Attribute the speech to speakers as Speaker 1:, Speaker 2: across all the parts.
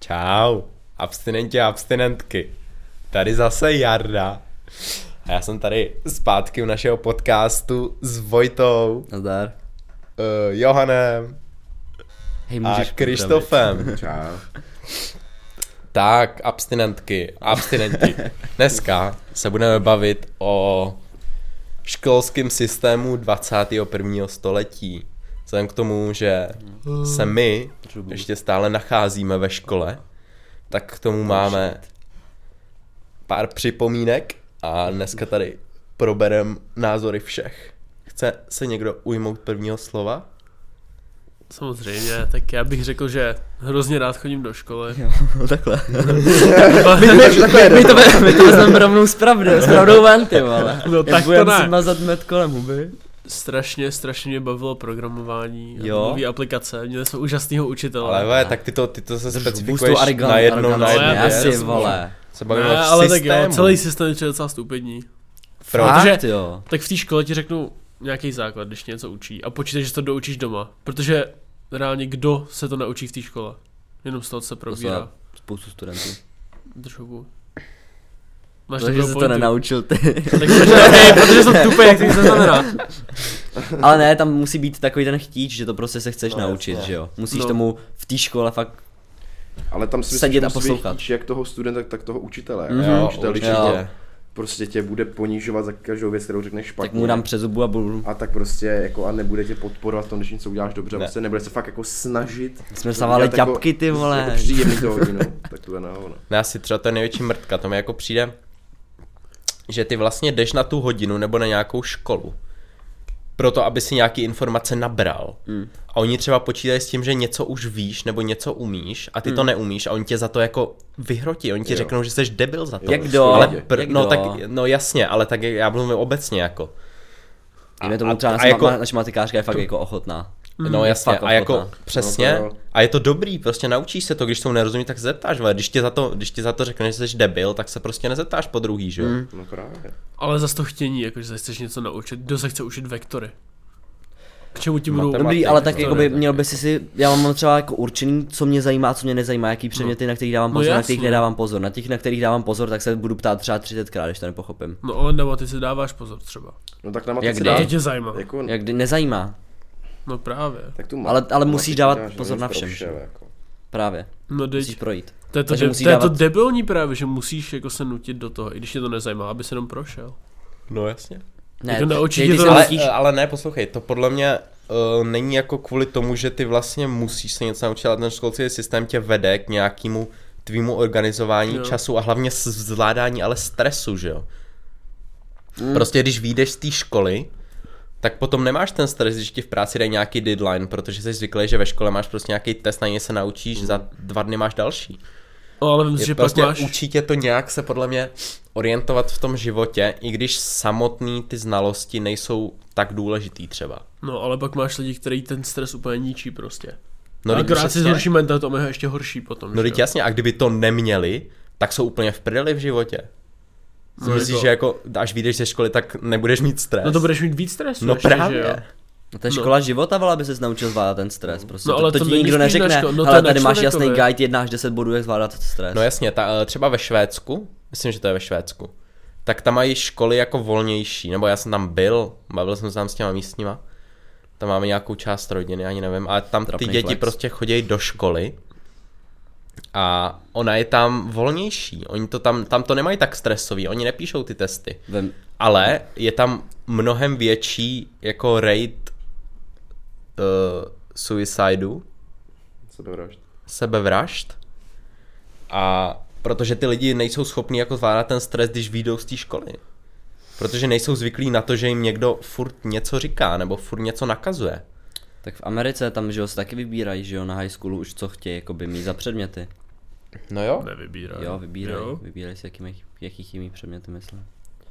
Speaker 1: Čau, abstinenti a abstinentky. Tady zase Jarda. A já jsem tady zpátky u našeho podcastu s Vojtou,
Speaker 2: Nazdar.
Speaker 1: uh, Johanem
Speaker 2: Hej,
Speaker 1: a
Speaker 2: můžeš
Speaker 1: Krištofem.
Speaker 3: Čau.
Speaker 1: Tak, abstinentky, abstinenti. Dneska se budeme bavit o školském systému 21. století. Vzhledem k tomu, že se my ještě stále nacházíme ve škole, tak k tomu máme pár připomínek a dneska tady proberem názory všech. Chce se někdo ujmout prvního slova?
Speaker 4: Samozřejmě, tak já bych řekl, že hrozně rád chodím do školy.
Speaker 2: pozdravit. No, Takhle. My to, ve- my to vezmeme rovnou s pravdou, s pravdou ven, ty vole.
Speaker 4: No tak to
Speaker 2: budem
Speaker 4: ne.
Speaker 2: si mazat med kolem huby.
Speaker 4: strašně, strašně mě bavilo programování,
Speaker 2: Jo.
Speaker 4: nové aplikace, měli jsme úžasného učitele.
Speaker 1: Ale ve, tak ty to, ty to se
Speaker 2: Bustu
Speaker 1: specifikuješ
Speaker 2: arrogant,
Speaker 1: na jednou na
Speaker 4: arrogant.
Speaker 1: jednu
Speaker 4: Ne,
Speaker 1: věc.
Speaker 2: Asi,
Speaker 4: jasně.
Speaker 2: vole.
Speaker 1: Se
Speaker 4: ne,
Speaker 1: bavíme o
Speaker 4: ale tak
Speaker 1: systému.
Speaker 4: jo, celý systém je docela stupidní.
Speaker 1: Proč?
Speaker 2: Fakt, jo.
Speaker 4: Tak v té škole ti řeknu nějaký základ, když tě něco učí a počítej, že to doučíš doma, protože reálně kdo se to naučí v té škole? Jenom z toho co se probírá.
Speaker 2: Doslova Spoustu studentů.
Speaker 4: Držobu. Máš
Speaker 2: Takže
Speaker 4: takovou
Speaker 2: se to
Speaker 4: pointu.
Speaker 2: nenaučil ty.
Speaker 4: Tak možná, hej, protože jsem tupý, jak to nic neznamená.
Speaker 2: Ale ne, tam musí být takový ten chtíč, že to prostě se chceš
Speaker 1: No,
Speaker 2: naučit,
Speaker 1: jasně.
Speaker 2: že jo. Musíš
Speaker 4: No.
Speaker 2: tomu v té škole fakt
Speaker 3: Ale tam si
Speaker 2: Sedět
Speaker 3: myslím,
Speaker 2: a
Speaker 3: že musí být
Speaker 2: poslouchat.
Speaker 3: chtíč jak toho studenta, tak toho učitele.
Speaker 2: Mhm.
Speaker 3: Mm-hmm.
Speaker 1: Jo,
Speaker 3: Jo,
Speaker 1: určitě.
Speaker 3: učitel, když
Speaker 2: jo.
Speaker 3: to prostě tě bude ponižovat za každou věc, kterou řekneš špatně.
Speaker 2: tak mu dám přes zubu a budu.
Speaker 3: a tak prostě jako a nebude tě podporovat v tom, když něco uděláš dobře,
Speaker 1: Ne.
Speaker 3: ne. prostě nebude se fakt jako snažit.
Speaker 2: Jsme
Speaker 3: to
Speaker 2: stávali
Speaker 3: udělat jako-
Speaker 2: ťapky, ty vole.
Speaker 3: Jako příjemný to hodinu, tak to je na hovno.
Speaker 1: Ne, asi třeba to je největší mrtka, to mi jako přijde, že ty vlastně jdeš na tu hodinu nebo na nějakou školu, proto aby si nějaký informace nabral.
Speaker 4: Hmm.
Speaker 1: Mm. A oni třeba počítají s tím, že něco už víš nebo něco umíš a ty mm.
Speaker 4: Hmm.
Speaker 1: to neumíš a oni tě za to jako vyhrotí, oni ti jo.
Speaker 3: Jo.
Speaker 1: řeknou, že jsi debil za to.
Speaker 2: Jak
Speaker 3: prostě
Speaker 2: do,
Speaker 3: jo,
Speaker 1: ale
Speaker 3: jak
Speaker 1: pr-
Speaker 2: jak
Speaker 1: no,
Speaker 2: do.
Speaker 1: tak, no jasně, ale tak jak- já mluvím obecně jako.
Speaker 2: Dejme
Speaker 1: a-
Speaker 2: tomu třeba
Speaker 1: a
Speaker 2: naše
Speaker 1: jako-
Speaker 2: ma- naše matikářka je fakt jako ochotná.
Speaker 1: No jasně,
Speaker 2: fakt
Speaker 1: a jako
Speaker 2: ochotná.
Speaker 1: přesně,
Speaker 3: No to jo.
Speaker 1: a je to dobrý, prostě naučíš se to, když tomu nerozumí, tak se zeptáš, ale když ti za to, když ti za to řekne, že jsi debil, tak se prostě nezeptáš po druhý, že jo? Mm.
Speaker 3: No právě.
Speaker 4: Ale za to chtění, jakože se chceš něco naučit. Kdo se chce učit vektory? K čemu ti budou...
Speaker 1: Matematika.
Speaker 2: Dobrý,
Speaker 1: Matematik,
Speaker 2: ale tak
Speaker 1: to
Speaker 2: jako
Speaker 1: ne,
Speaker 2: by
Speaker 1: taky.
Speaker 2: měl by si si, já mám třeba jako určený, co mě zajímá, a co mě nezajímá, jaký předměty, na kterých dávám
Speaker 4: No
Speaker 2: pozor, na
Speaker 4: jasně.
Speaker 2: kterých nedávám pozor. Na těch, na kterých dávám pozor, tak se budu ptát třeba 30 krát, když to nepochopím.
Speaker 4: No ale nebo ty si dáváš pozor třeba.
Speaker 3: No tak na
Speaker 2: Jak
Speaker 3: matice
Speaker 2: dá?
Speaker 3: dá,
Speaker 4: To tě zajímá.
Speaker 3: jako,
Speaker 2: Jak kdy- nezajímá,
Speaker 4: No právě.
Speaker 3: tak tu má,
Speaker 2: Ale- ale musíš dávat pozor na všem, že?
Speaker 3: Všel, jako.
Speaker 2: právě.
Speaker 4: No
Speaker 2: Musíš
Speaker 4: teď,
Speaker 2: projít.
Speaker 4: to je to,
Speaker 2: takže
Speaker 4: de-
Speaker 2: musí
Speaker 4: to, je to
Speaker 2: dávat-
Speaker 4: debilní právě, že musíš jako se nutit do toho, i když tě to nezajímá, aby se jenom prošel.
Speaker 1: No jasně.
Speaker 2: Ne,
Speaker 4: Jako na oči ti
Speaker 2: ty
Speaker 4: to
Speaker 2: se
Speaker 1: Ale, eh,
Speaker 2: nutíš,
Speaker 1: ale ne, poslouchej, to podle mě uh, není jako kvůli tomu, že ty vlastně musíš se něco naučit, ale ten školský systém tě vede k nějakému tvýmu organizování jo.
Speaker 4: Jo.
Speaker 1: času a hlavně s- zvládání ale stresu, že jo? Mm. Prostě když vyjdeš z té školy, tak potom nemáš ten stres, když ti v práci dají nějaký deadline, protože jsi zvyklý, že ve škole máš prostě nějaký test, na něj se naučíš, mm. za dva dny máš další.
Speaker 4: No ale vím si,
Speaker 1: Je
Speaker 4: že
Speaker 1: prostě
Speaker 4: pak máš...
Speaker 1: určitě to nějak se podle mě orientovat v tom životě, i když samotný ty znalosti nejsou tak důležitý třeba.
Speaker 4: No ale pak máš lidi, kteří ten stres úplně ničí prostě.
Speaker 1: No,
Speaker 4: No,
Speaker 1: vždyť
Speaker 4: Akorát si
Speaker 1: přesně.
Speaker 4: zhorší mentalitu a mají ho ještě horší potom.
Speaker 1: No
Speaker 4: že
Speaker 1: teď
Speaker 4: jo?
Speaker 1: jasně, a kdyby to neměli, tak jsou úplně v prdeli v životě. Si
Speaker 4: No,
Speaker 1: myslíš,
Speaker 4: jako-
Speaker 1: že jako až vyjdeš ze školy, tak nebudeš mít stres?
Speaker 4: No to budeš mít víc stresu
Speaker 1: No
Speaker 4: ještě,
Speaker 1: právě.
Speaker 4: Že jo?
Speaker 2: to je škola života, vole, aby se naučil zvládat ten stres. Prostě
Speaker 4: No, ale
Speaker 2: to,
Speaker 4: to
Speaker 2: ti
Speaker 4: není
Speaker 2: nikdo
Speaker 4: spíš na
Speaker 2: neřekne.
Speaker 4: škole, no to
Speaker 2: ale
Speaker 4: je na
Speaker 2: tady máš jasný
Speaker 4: člověkovi.
Speaker 2: guide 1 až 10 bodů, jak zvládat stres.
Speaker 1: No jasně, ta, eh, třeba ve Švédsku, myslím, že to je ve Švédsku, tak tam mají školy jako volnější, nebo já jsem tam byl, bavil jsem se tam s těma místníma, tam máme nějakou část rodiny, ani nevím, ale tam ty
Speaker 2: Trapný
Speaker 1: děti
Speaker 2: flex.
Speaker 1: prostě chodí do školy a ona je tam volnější, oni to tam, tam to nemají tak stresový, oni nepíšou ty testy,
Speaker 2: Vem,
Speaker 1: ale je tam mnohem větší jako rate uh, suicidu,
Speaker 3: Sebevražd.
Speaker 1: sebevražd a protože ty lidi nejsou schopní jako zvládat ten stres, když výjdou z té školy. Protože nejsou zvyklí na to, že jim někdo furt něco říká nebo furt něco nakazuje.
Speaker 2: tak v Americe tam, že jo, se taky vybírají, že jo, na high schoolu už co chtějí, jako by mít za předměty.
Speaker 1: No jo.
Speaker 4: Nevybírá.
Speaker 2: Jo, vybírají,
Speaker 4: Jo.
Speaker 2: vybírají si, jaký mají, jaký chybí předměty, myslím.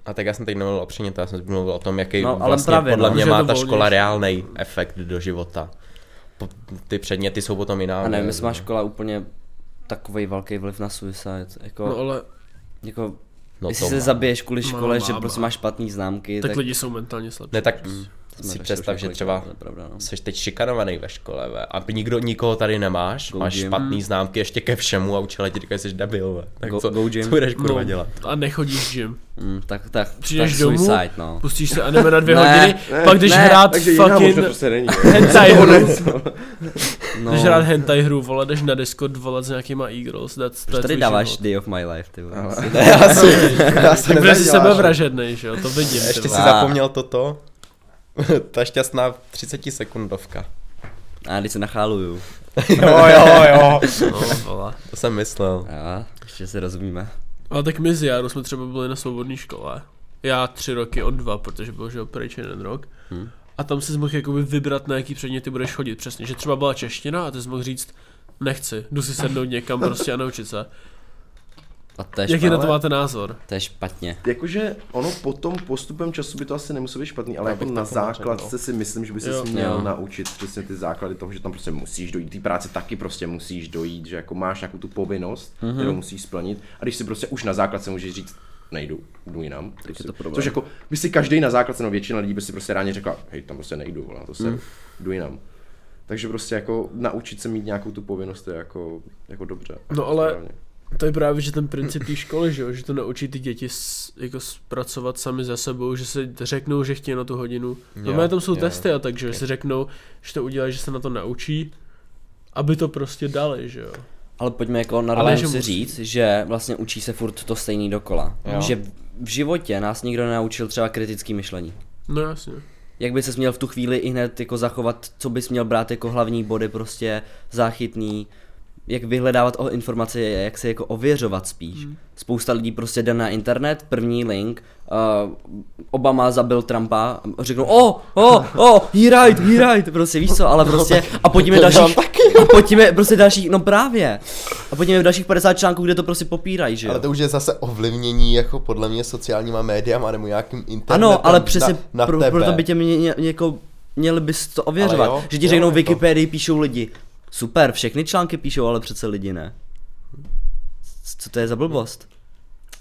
Speaker 1: A tak já jsem teď nemluvil o přině, já jsem mluvil o tom, jaký
Speaker 2: No,
Speaker 1: no,
Speaker 2: ale
Speaker 1: vlastně
Speaker 2: právě,
Speaker 1: podle
Speaker 2: no.
Speaker 1: mě
Speaker 4: Že je
Speaker 1: má
Speaker 4: to
Speaker 1: ta
Speaker 4: volnější.
Speaker 1: škola reálný efekt do života. Po- Ty předměty jsou potom jiná.
Speaker 2: A nevím, jestli má škola úplně takový velký vliv na suicide, jako,
Speaker 4: No ale
Speaker 2: jako
Speaker 1: No
Speaker 2: jestli
Speaker 1: to
Speaker 2: se
Speaker 1: má.
Speaker 2: zabiješ kvůli
Speaker 4: Má,
Speaker 2: škole,
Speaker 4: má,
Speaker 2: že
Speaker 4: má.
Speaker 2: prostě máš špatný známky,
Speaker 4: tak,
Speaker 2: tak, jako,
Speaker 4: lidi jsou mentálně slabší.
Speaker 1: Ne, tak si představ, že třeba-
Speaker 2: To je pravda, no.
Speaker 1: Jsi teď šikanovaný ve škole, ve. A nikdo, nikoho tady nemáš,
Speaker 2: Go
Speaker 1: máš
Speaker 2: gym.
Speaker 1: špatný známky ještě ke všemu a učitelé ti říkají, že jsi debil, ve. Tak
Speaker 2: Go-
Speaker 1: co,
Speaker 2: go gym.
Speaker 1: co budeš kurva
Speaker 4: No.
Speaker 1: dělat?
Speaker 4: A nechodíš gym.
Speaker 2: Mm, tak, tak,
Speaker 4: Přijdeš
Speaker 2: tak
Speaker 4: domů?
Speaker 2: suicide, no.
Speaker 4: Pustíš se anime na dvě
Speaker 2: Ne,
Speaker 4: hodiny,
Speaker 3: ne,
Speaker 4: pak jdeš
Speaker 2: ne,
Speaker 4: hrát
Speaker 3: Takže jiná
Speaker 4: fucking
Speaker 3: možnost prostě není.
Speaker 4: hentai hru.
Speaker 2: no.
Speaker 4: Jdeš hrát hentai hru, vole, jdeš na Discord volat s nějakýma e-girls, that's,
Speaker 2: Už
Speaker 4: that's
Speaker 2: tady dáváš Day of My Life, ty vole.
Speaker 1: Já si, já si
Speaker 4: Tak budeš si
Speaker 1: nezaděláš.
Speaker 4: sebevražednej, že jo, to vidím.
Speaker 1: Ještě
Speaker 4: Ještě
Speaker 1: si
Speaker 2: A.
Speaker 1: zapomněl toto? Ta šťastná 30 sekundovka.
Speaker 2: A když se nacháluju.
Speaker 1: jo, jo, jo.
Speaker 4: no, vole.
Speaker 1: To jsem myslel.
Speaker 2: A, ještě se rozumíme.
Speaker 4: Ale tak my z Jaru jsme třeba byli na svobodné škole. Já tři roky, od dva, protože byl, že jo, pryč jeden rok.
Speaker 2: Hm.
Speaker 4: A tam si mohl jakoby vybrat, na jaký předměty budeš chodit přesně. Že třeba byla čeština a ty jsi mohl říct, nechci, jdu si sednout někam prostě a naučit se.
Speaker 2: A to je,
Speaker 4: Jaký na
Speaker 2: špatně.
Speaker 4: to máte názor?
Speaker 2: to je špatně.
Speaker 3: Jakože ono potom postupem času by to asi nemuselo být špatný, ale
Speaker 1: Já
Speaker 3: jako
Speaker 1: bych
Speaker 3: na
Speaker 1: taky nečekal.
Speaker 3: základce si myslím, že by
Speaker 4: Jo.
Speaker 3: se měl
Speaker 2: Jo.
Speaker 3: naučit přesně ty základy toho, že tam prostě musíš dojít, ty práce taky prostě musíš dojít, že jako máš nějakou tu povinnost, kterou musíš splnit a když si prostě už na základce můžeš říct, nejdu, jdu jinam. Prostě.
Speaker 2: to problém.
Speaker 3: Což jako by si každý na základce, no většina lidí by si prostě ráně řekla, hej, tam prostě nejdu, vole, to se jdu jinam. Takže prostě jako naučit se mít nějakou tu povinnost to je jako, jako dobře.
Speaker 4: No ale-
Speaker 3: Správně.
Speaker 4: To je právě, že ten princip té školy, že jo, že to naučí ty děti s, jako pracovat sami za sebou, že si řeknou, že chtějí na tu hodinu. No,
Speaker 1: Jo,
Speaker 4: mé tam jsou
Speaker 1: jo.
Speaker 4: testy a tak, že jo, si řeknou, že to udělají, že se na to naučí, aby to prostě dali, že jo.
Speaker 2: Ale pojďme jako na
Speaker 4: Ale
Speaker 2: rovinu
Speaker 4: že
Speaker 2: si
Speaker 4: musí.
Speaker 2: říct, že vlastně učí se furt to stejný dokola.
Speaker 1: Jo.
Speaker 2: Že v- v životě nás nikdo nenaučil třeba kritický myšlení.
Speaker 4: No jasně.
Speaker 2: Jak by ses měl v tu chvíli i hned jako zachovat, co bys měl brát jako hlavní body prostě záchytný, jak vyhledávat o informace, jak se jako ověřovat spíš. Hmm. Spousta lidí prostě jde na internet, první link, uh, Obama zabil Trumpa, a řeknou o, o, o, he right, he right, prostě víš co, ale
Speaker 1: No,
Speaker 2: prostě a pojďme dalších, a pojďme prostě dalších, no právě, a pojďme v dalších 50 článků, kde to prostě popírají, že jo.
Speaker 1: Ale to už je zase ovlivnění jako podle mě sociálníma médiama nebo nějakým internetem
Speaker 2: Ano, ale přesně
Speaker 1: na, na
Speaker 2: pro,
Speaker 1: tebe.
Speaker 2: proto by tě mě, ně, jako, měli bys to ověřovat,
Speaker 1: Ale jo,
Speaker 2: že ti
Speaker 1: jo, no.
Speaker 2: řeknou
Speaker 1: je to.
Speaker 2: Wikipedii píšou lidi. Super, všechny články píšou, ale přece lidi ne. C- Co to je za blbost?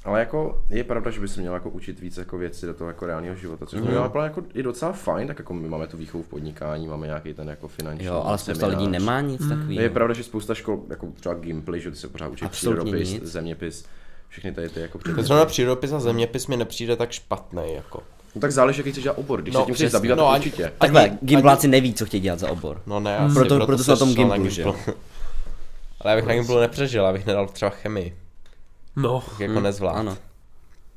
Speaker 3: Ale jako je pravda, že by se měl jako učit víc jako věci do toho jako reálného života, což mm. ale jako je docela fajn, tak jako my máme tu výchovu v podnikání, máme nějaký ten jako finanční
Speaker 2: Jo, ale spousta
Speaker 3: seminář.
Speaker 2: lidí nemá nic takového.
Speaker 3: Je pravda, že spousta škol, jako třeba Gimply, že ty se pořád učí
Speaker 2: Absolutně
Speaker 3: přírodopis,
Speaker 2: nic.
Speaker 3: zeměpis, všechny tady ty
Speaker 1: To
Speaker 3: jako předměty.
Speaker 1: zrovna přírodopis a zeměpis mi nepřijde tak špatný jako.
Speaker 3: No tak záleží, jaký chceš dělat obor, když no,
Speaker 1: No,
Speaker 3: se tím chceš
Speaker 1: přesně,
Speaker 3: zabývat,
Speaker 1: no,
Speaker 3: no,
Speaker 1: ani-
Speaker 3: určitě.
Speaker 2: Takhle,
Speaker 1: ani-
Speaker 2: gimpláci neví, co chtějí dělat za obor.
Speaker 1: No ne, asi,
Speaker 2: Hmm. Proto- proto jsem na
Speaker 1: šel
Speaker 2: tom Gimplu, že jo.
Speaker 1: Gimplu. Ale já bych na Gimplu nepřežil, abych nedal třeba chemii,
Speaker 4: No,
Speaker 1: tak jako nezvlád.
Speaker 2: Hmm. Ano.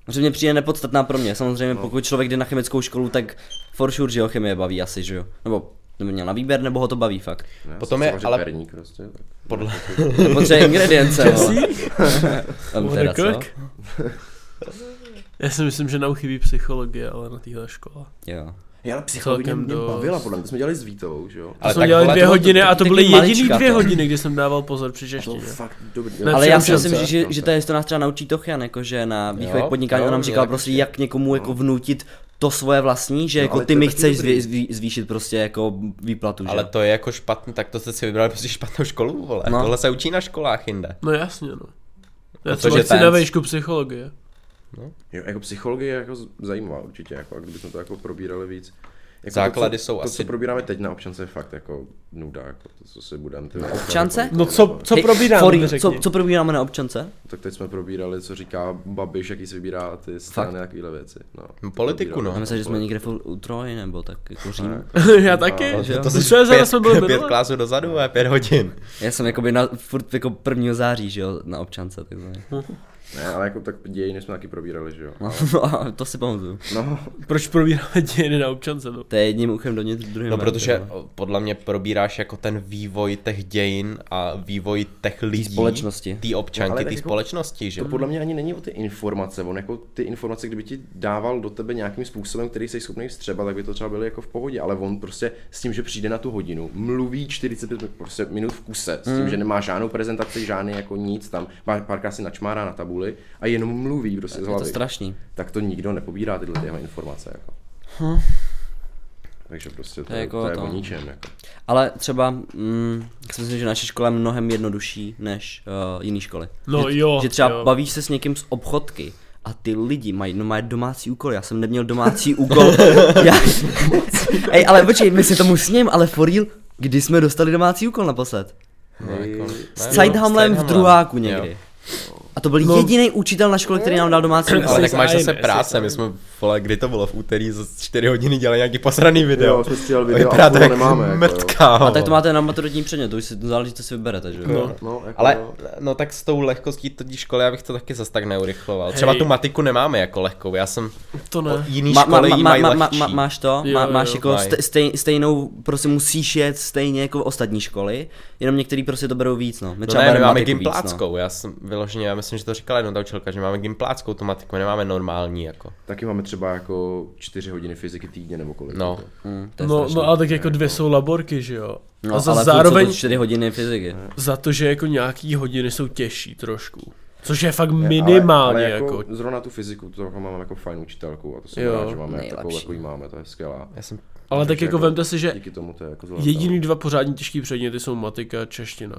Speaker 2: Že mě přijde nepodstatná pro mě. Samozřejmě,
Speaker 1: No.
Speaker 2: pokud člověk jde na chemickou školu, tak for sure, že jo, chemie baví asi, že jo. Nebo, nebo měl na výběr, nebo ho to baví fakt.
Speaker 3: Ne,
Speaker 1: Potom
Speaker 3: se
Speaker 1: je
Speaker 3: vaří
Speaker 1: ale-
Speaker 3: perník prostě. tak.
Speaker 1: Podle,
Speaker 2: Potřebuje ingredience, no. Tam
Speaker 4: What
Speaker 2: teda,
Speaker 4: a
Speaker 2: co?
Speaker 4: cook. Já si myslím, že nám chybí psychologie, ale na téhle škole.
Speaker 2: Jo.
Speaker 3: Hej, ale psychologie
Speaker 4: Celkem
Speaker 3: mě
Speaker 4: dost.
Speaker 3: bavila, podle mě, to jsme dělali s Vítou, že jo.
Speaker 4: To
Speaker 1: ale
Speaker 4: jsme
Speaker 1: tak
Speaker 4: dělali
Speaker 1: vole,
Speaker 4: dvě
Speaker 1: to-
Speaker 4: hodiny a to
Speaker 2: taky
Speaker 4: byly jediný
Speaker 2: malička
Speaker 4: dvě
Speaker 2: to.
Speaker 4: hodiny, kdy jsem dával pozor při
Speaker 3: To
Speaker 4: češtině.
Speaker 3: No, fakt dobrý.
Speaker 4: Ne,
Speaker 2: Ale
Speaker 4: Všem
Speaker 2: já si
Speaker 4: šance.
Speaker 2: myslím, že, že, že ta jestli nás třeba naučí Tochian, jako že na výchově
Speaker 1: Jo,
Speaker 2: podnikání
Speaker 1: jo,
Speaker 2: on nám
Speaker 1: mě
Speaker 2: říkal
Speaker 1: taky No.
Speaker 2: prostě,
Speaker 1: přijde.
Speaker 2: jak někomu jako vnutit to svoje vlastní, že
Speaker 3: No,
Speaker 2: jako
Speaker 3: ale
Speaker 2: ty
Speaker 3: to je
Speaker 2: mi
Speaker 3: taky
Speaker 2: chceš zvý,
Speaker 3: dobrý.
Speaker 2: zvý, zvýšit prostě jako výplatu, že?
Speaker 1: Ale to je jako špatný, tak to jste si vybrali prostě špatnou školu, vole.
Speaker 2: No.
Speaker 1: No. Tohle se učí na školách jinde.
Speaker 4: No jasně, no. Já
Speaker 1: No,
Speaker 4: třeba
Speaker 1: cože
Speaker 4: chci na
Speaker 1: tanc.
Speaker 4: vejšku psychologie.
Speaker 3: Jo, jako psychologie je jako z- zajímavá určitě, jako, a kdybychom to jako probírali víc. Jako
Speaker 1: Základy
Speaker 3: to, co,
Speaker 1: jsou
Speaker 3: to,
Speaker 1: asi-
Speaker 3: co probíráme teď na občance je fakt jako nuda, jako to, co si budeme... ty-
Speaker 2: občance?
Speaker 3: jako-
Speaker 4: No co, co
Speaker 2: Hej,
Speaker 4: probíráme,
Speaker 2: sorry,
Speaker 4: mi
Speaker 2: co,
Speaker 4: řekni.
Speaker 2: co probíráme na občance?
Speaker 3: Tak teď jsme probírali, co říká Babiš, jaký si vybírá ty strany a takovýhle věci. No.
Speaker 1: No, politiku,
Speaker 3: Probíráme.
Speaker 2: Já
Speaker 1: no.
Speaker 2: myslím, že jsme někde furt u Troji nebo tak jako Řím.
Speaker 4: Já taky.
Speaker 3: No,
Speaker 4: že jo?
Speaker 1: To
Speaker 4: Co
Speaker 1: jsi
Speaker 4: je za-
Speaker 1: pět,
Speaker 4: jsme byli
Speaker 1: pět
Speaker 4: minule?
Speaker 1: klásů dozadu a pět hodin.
Speaker 2: Já jsem jako by na, furt jako prvního září, že jo, na občance, takzvaně.
Speaker 1: Hm. no.
Speaker 3: Ne, ale jako tak dějiny jsme taky probírali, že jo.
Speaker 2: No, a to si pamatuju.
Speaker 3: No,
Speaker 4: Proč probíráme dějiny na občance? No?
Speaker 2: To je jedním uchem dovnitř, druhým
Speaker 1: No
Speaker 2: ven,
Speaker 1: protože
Speaker 2: ty vole.
Speaker 1: o, podle mě probíráš jako ten vývoj těch dějin a vývoj těch lidí.
Speaker 2: společnosti.
Speaker 1: Té
Speaker 3: No,
Speaker 1: občanky,
Speaker 3: ale
Speaker 1: té
Speaker 3: tak jako-
Speaker 1: společnosti, že?
Speaker 3: to podle mě ani není o ty informace, on jako ty informace, kdyby ti dával do tebe nějakým způsobem, který jsi schopný vstřebat, tak by to třeba bylo jako v pohodě, ale on prostě s tím, že přijde na tu hodinu, mluví 45 mi- prostě minut v kuse, s tím,
Speaker 2: Hmm.
Speaker 3: že nemá žádnou prezentaci, žádný jako nic tam, pár, párkrát si načmárá na tabuli a jenom mluví prostě z
Speaker 2: Je to
Speaker 3: hlavy.
Speaker 2: strašný.
Speaker 3: tak to nikdo nepobírá tyhle tyhle informace. Jako. Takže prostě to,
Speaker 2: je
Speaker 3: je,
Speaker 2: jako
Speaker 3: to je
Speaker 2: Hm. to.
Speaker 3: o ničem. Jako.
Speaker 2: Ale třeba, mm, já si myslím, že naše škola je mnohem jednodušší než uh, jiné školy.
Speaker 4: No
Speaker 2: že,
Speaker 4: jo,
Speaker 2: Že třeba
Speaker 4: jo.
Speaker 2: bavíš se s někým z obchodky a ty lidi mají no mají domácí úkol, já jsem neměl domácí úkol. já... Ej, ale počkej, my si tomu sním, ale for real, kdy jsme dostali domácí úkol naposled?
Speaker 1: No, jako,
Speaker 2: S
Speaker 1: ne,
Speaker 2: Cajthamlem v
Speaker 1: Cajthamlem.
Speaker 2: druháku
Speaker 1: Jo.
Speaker 2: někdy. A to byl
Speaker 4: No.
Speaker 2: jediný učitel na škole, který nám dal domácí úkol.
Speaker 1: Ale tak
Speaker 4: jsi
Speaker 1: máš
Speaker 4: zájem,
Speaker 1: zase
Speaker 4: jsi
Speaker 1: práce,
Speaker 4: zájem.
Speaker 1: my jsme, vole, kdy to bylo v úterý, za 4 hodiny dělali nějaký posraný video.
Speaker 3: Jo, jsme stříleli video a
Speaker 1: Vypadá
Speaker 3: půl
Speaker 1: to
Speaker 3: ho
Speaker 1: jak
Speaker 3: nemáme, jako, jo.
Speaker 1: mrtka.
Speaker 2: A tak to máte na maturitní předmět, to už si záleží, co si vyberete, že jo?
Speaker 1: No.
Speaker 3: No, jako,
Speaker 1: Ale,
Speaker 3: jo.
Speaker 1: no tak s tou lehkostí to školy, já bych to taky zas tak neurychloval. Třeba
Speaker 4: Hej.
Speaker 1: tu matiku nemáme jako lehkou, já jsem,
Speaker 4: To ne.
Speaker 1: jiný školy jí mají lehčí.
Speaker 2: máš to?
Speaker 4: Jo,
Speaker 2: má,
Speaker 4: jo,
Speaker 2: máš
Speaker 4: jo.
Speaker 2: jako
Speaker 1: Mají.
Speaker 2: ste, stej, stejnou, prostě musíš jet stejně jako ostatní školy, jenom některý prostě to berou víc, no. My
Speaker 1: No ne, my
Speaker 2: bereme
Speaker 1: máme
Speaker 2: matiku
Speaker 1: gimpláckou, já jsem vyloženě, já myslím, že to říkala jednou ta učilka, že máme gimpláckou tu matiku, nemáme normální jako.
Speaker 3: Taky máme třeba jako čtyři hodiny fyziky týdně nebo kolik.
Speaker 1: No.
Speaker 3: jako.
Speaker 2: no. Mm, to je
Speaker 4: No,
Speaker 2: strašný.
Speaker 4: no a tak jako dvě jsou laborky, že jo.
Speaker 2: no,
Speaker 4: a za
Speaker 2: ale zároveň...
Speaker 4: zároveň
Speaker 2: To 4 hodiny fyziky.
Speaker 4: za to, že jako nějaký hodiny jsou těžší trošku. Což je fakt
Speaker 3: Ne,
Speaker 4: minimálně
Speaker 3: ale, ale
Speaker 4: jako...
Speaker 3: jako... Zrovna tu fyziku, to jako máme jako fajn učitelku a to jsem
Speaker 4: Jo.
Speaker 3: rád, že máme takovou,
Speaker 2: Nejlepší.
Speaker 3: jako jí máme, to je skvělá.
Speaker 1: Já jsem,
Speaker 4: Ale tak
Speaker 3: Takže
Speaker 4: jako vemte si, že
Speaker 3: Díky tomu to je jako zlatá.
Speaker 4: jediný dva pořádně těžký předměty jsou matika a čeština.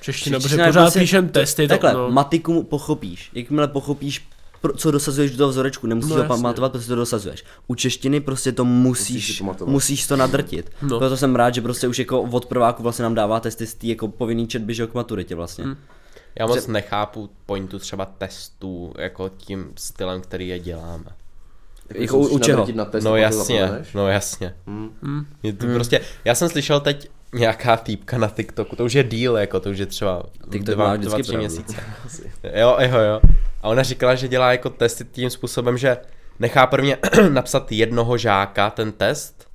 Speaker 4: Čeština, protože
Speaker 2: Čeština je
Speaker 4: pořád
Speaker 2: prostě-
Speaker 4: píšem testy, tak
Speaker 2: Takhle,
Speaker 4: no.
Speaker 2: matiku pochopíš, jakmile pochopíš, pro, co dosazuješ do toho vzorečku, nemusíš
Speaker 4: No,
Speaker 2: no, to
Speaker 4: jasně.
Speaker 2: pamatovat, prostě to dosazuješ. U češtiny prostě to musíš,
Speaker 3: Musíš si
Speaker 2: musíš,
Speaker 3: pamatovat.
Speaker 2: musíš to nadrtit.
Speaker 4: No.
Speaker 2: No. Proto jsem rád, že prostě už jako od prváku vlastně nám dává testy z té jako povinný četby, že jo, k maturitě vlastně.
Speaker 4: Hm.
Speaker 2: Hmm.
Speaker 1: já moc nechápu pointu třeba testů, jako tím stylem, který je děláme.
Speaker 2: Jako u, u čeho?
Speaker 3: Na test,
Speaker 1: No
Speaker 3: a pak to
Speaker 1: jasně,
Speaker 3: zapomeneš.
Speaker 1: no jasně.
Speaker 2: Hmm.
Speaker 1: Je to prostě, já jsem slyšel teď nějaká týpka na TikToku, to už je díl, jako to už je třeba
Speaker 2: TikTok
Speaker 1: dva, dva,
Speaker 2: má vždycky
Speaker 1: tři
Speaker 2: pravdu.
Speaker 1: měsíce. jo, jo, jo. A ona říkala, že dělá jako testy tím způsobem, že nechá prvně napsat jednoho žáka ten test,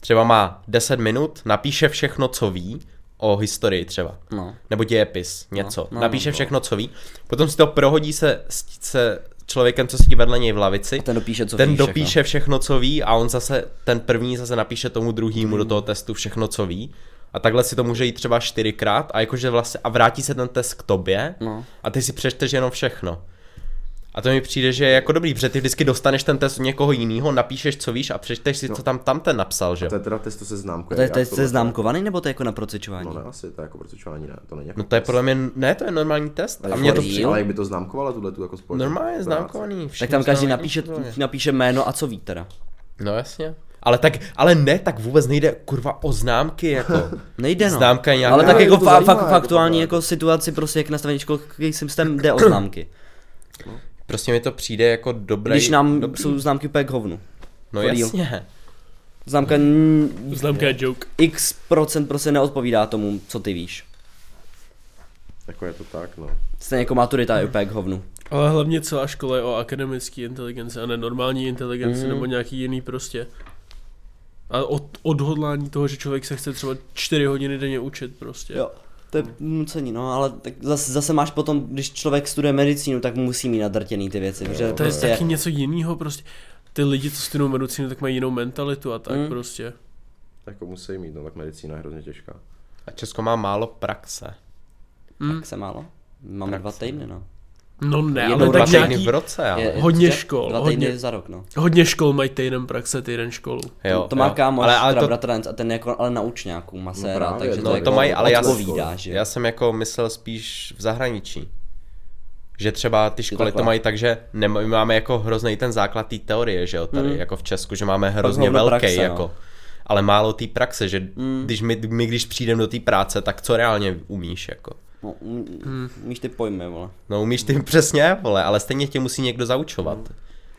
Speaker 1: třeba má 10 minut, napíše všechno, co ví o historii třeba
Speaker 2: No.
Speaker 1: nebo dějepis, něco. No, no,
Speaker 2: no, no,
Speaker 1: Napíše všechno, co ví. Potom si to prohodí se, s- se člověkem, co sedí vedle něj v lavici.
Speaker 2: ten dopíše, co jako?
Speaker 1: ten
Speaker 2: ví všechno.
Speaker 1: dopíše všechno, co ví a on zase, ten první zase napíše tomu druhému
Speaker 2: Hmm.
Speaker 1: do toho testu všechno, co ví. A takhle si to může jít třeba čtyřikrát a jakože vlastně a vrátí se ten test k tobě
Speaker 2: No.
Speaker 1: a ty si přečteš jenom všechno. A to mi přijde, že je jako dobrý, protože ty vždycky dostaneš ten test od někoho jiného, napíšeš, co víš a přečteš si, co tam tamten napsal, že?
Speaker 3: To je teda testo se známkou.
Speaker 2: no. To je, to je, to je známkovaný nebo to je jako na procvičování?
Speaker 3: No ne, asi, to je jako procvičování, ne, to není jako
Speaker 1: No to je
Speaker 3: test.
Speaker 1: podle mě, ne, to je normální test. A
Speaker 3: Ale
Speaker 1: mě to
Speaker 3: for real? Ale jak by to známkovala tuhle tu jako společnost?
Speaker 1: Normálně známkovaný.
Speaker 2: tak
Speaker 1: všichni
Speaker 2: tam každý
Speaker 1: známí
Speaker 2: napíše,
Speaker 1: kontrolně.
Speaker 2: napíše jméno a co ví teda.
Speaker 1: No jasně. Ale tak, ale ne, tak vůbec nejde kurva o známky jako.
Speaker 2: Nejde no.
Speaker 1: Známka je nějaká.
Speaker 2: Ale tak
Speaker 3: Ne,
Speaker 2: jako
Speaker 3: to
Speaker 2: fa-
Speaker 3: zajímá,
Speaker 2: fa-
Speaker 3: jako
Speaker 2: faktuální
Speaker 3: tohle.
Speaker 2: jako situaci prostě jak nastavení školský systém jde o známky.
Speaker 1: Prostě mi to přijde jako dobré.
Speaker 2: Když nám jsou známky úplně k hovnu.
Speaker 1: No
Speaker 2: for real.
Speaker 1: jasně.
Speaker 2: Známka n-
Speaker 4: Známka je joke.
Speaker 2: x procent prostě neodpovídá tomu, co ty víš.
Speaker 3: Jako je to tak, no.
Speaker 2: Stejně jako maturita je úplně k hovnu.
Speaker 4: Ale hlavně celá škola je o akademické inteligenci a nenormální inteligenci mm. nebo nějaký jiný prostě. A od, odhodlání toho, že člověk se chce třeba čtyři hodiny denně učit prostě.
Speaker 2: To je nucení, no, ale tak zase, zase máš potom, když člověk studuje medicínu, tak musí mít nadrtěný ty věci, protože
Speaker 4: To je
Speaker 2: prostě...
Speaker 4: taky něco jiného prostě. Ty lidi, co studují medicínu, tak mají jinou mentalitu a tak mm. prostě.
Speaker 3: Jako musí mít, no tak medicína je hrozně těžká.
Speaker 1: A Česko má málo praxe.
Speaker 2: Tak se málo. Máme dva týdny, no.
Speaker 4: No ne,
Speaker 2: Jednou
Speaker 4: ale
Speaker 1: Dva
Speaker 4: tak
Speaker 1: týdny
Speaker 4: nějaký,
Speaker 1: v roce, ale.
Speaker 2: Je-
Speaker 4: hodně
Speaker 2: tři-
Speaker 4: škol,
Speaker 2: Dva týdny
Speaker 4: hodně.
Speaker 2: za rok, no.
Speaker 4: hodně škol mají týden praxe, týden školu.
Speaker 1: jo,
Speaker 2: to má
Speaker 1: jo.
Speaker 2: kámo,
Speaker 1: ale, ale to,
Speaker 2: bratranec a ten je jako ale na učňáku maséra,
Speaker 3: právě,
Speaker 2: takže
Speaker 3: no,
Speaker 2: to,
Speaker 1: no,
Speaker 2: jako
Speaker 1: to mají, ale já,
Speaker 2: odpovídá, že?
Speaker 1: já jsem jako myslel spíš v zahraničí. Že třeba ty školy to
Speaker 2: takhle.
Speaker 1: mají tak, že nema, my máme jako hrozný ten základ té teorie, že jo, tady, mm. jako v Česku, že máme hrozně
Speaker 2: hovno
Speaker 1: velký,
Speaker 2: Mhm. praxe,
Speaker 1: praxe,
Speaker 2: no. Mhm.
Speaker 1: jako. Ale málo té praxe, že mm. když my, my, když přijdeme do té práce, tak co reálně umíš, jako.
Speaker 2: No, um, umíš ty pojmy, vole.
Speaker 1: No umíš ty přesně, vole, ale stejně tě musí někdo zaučovat.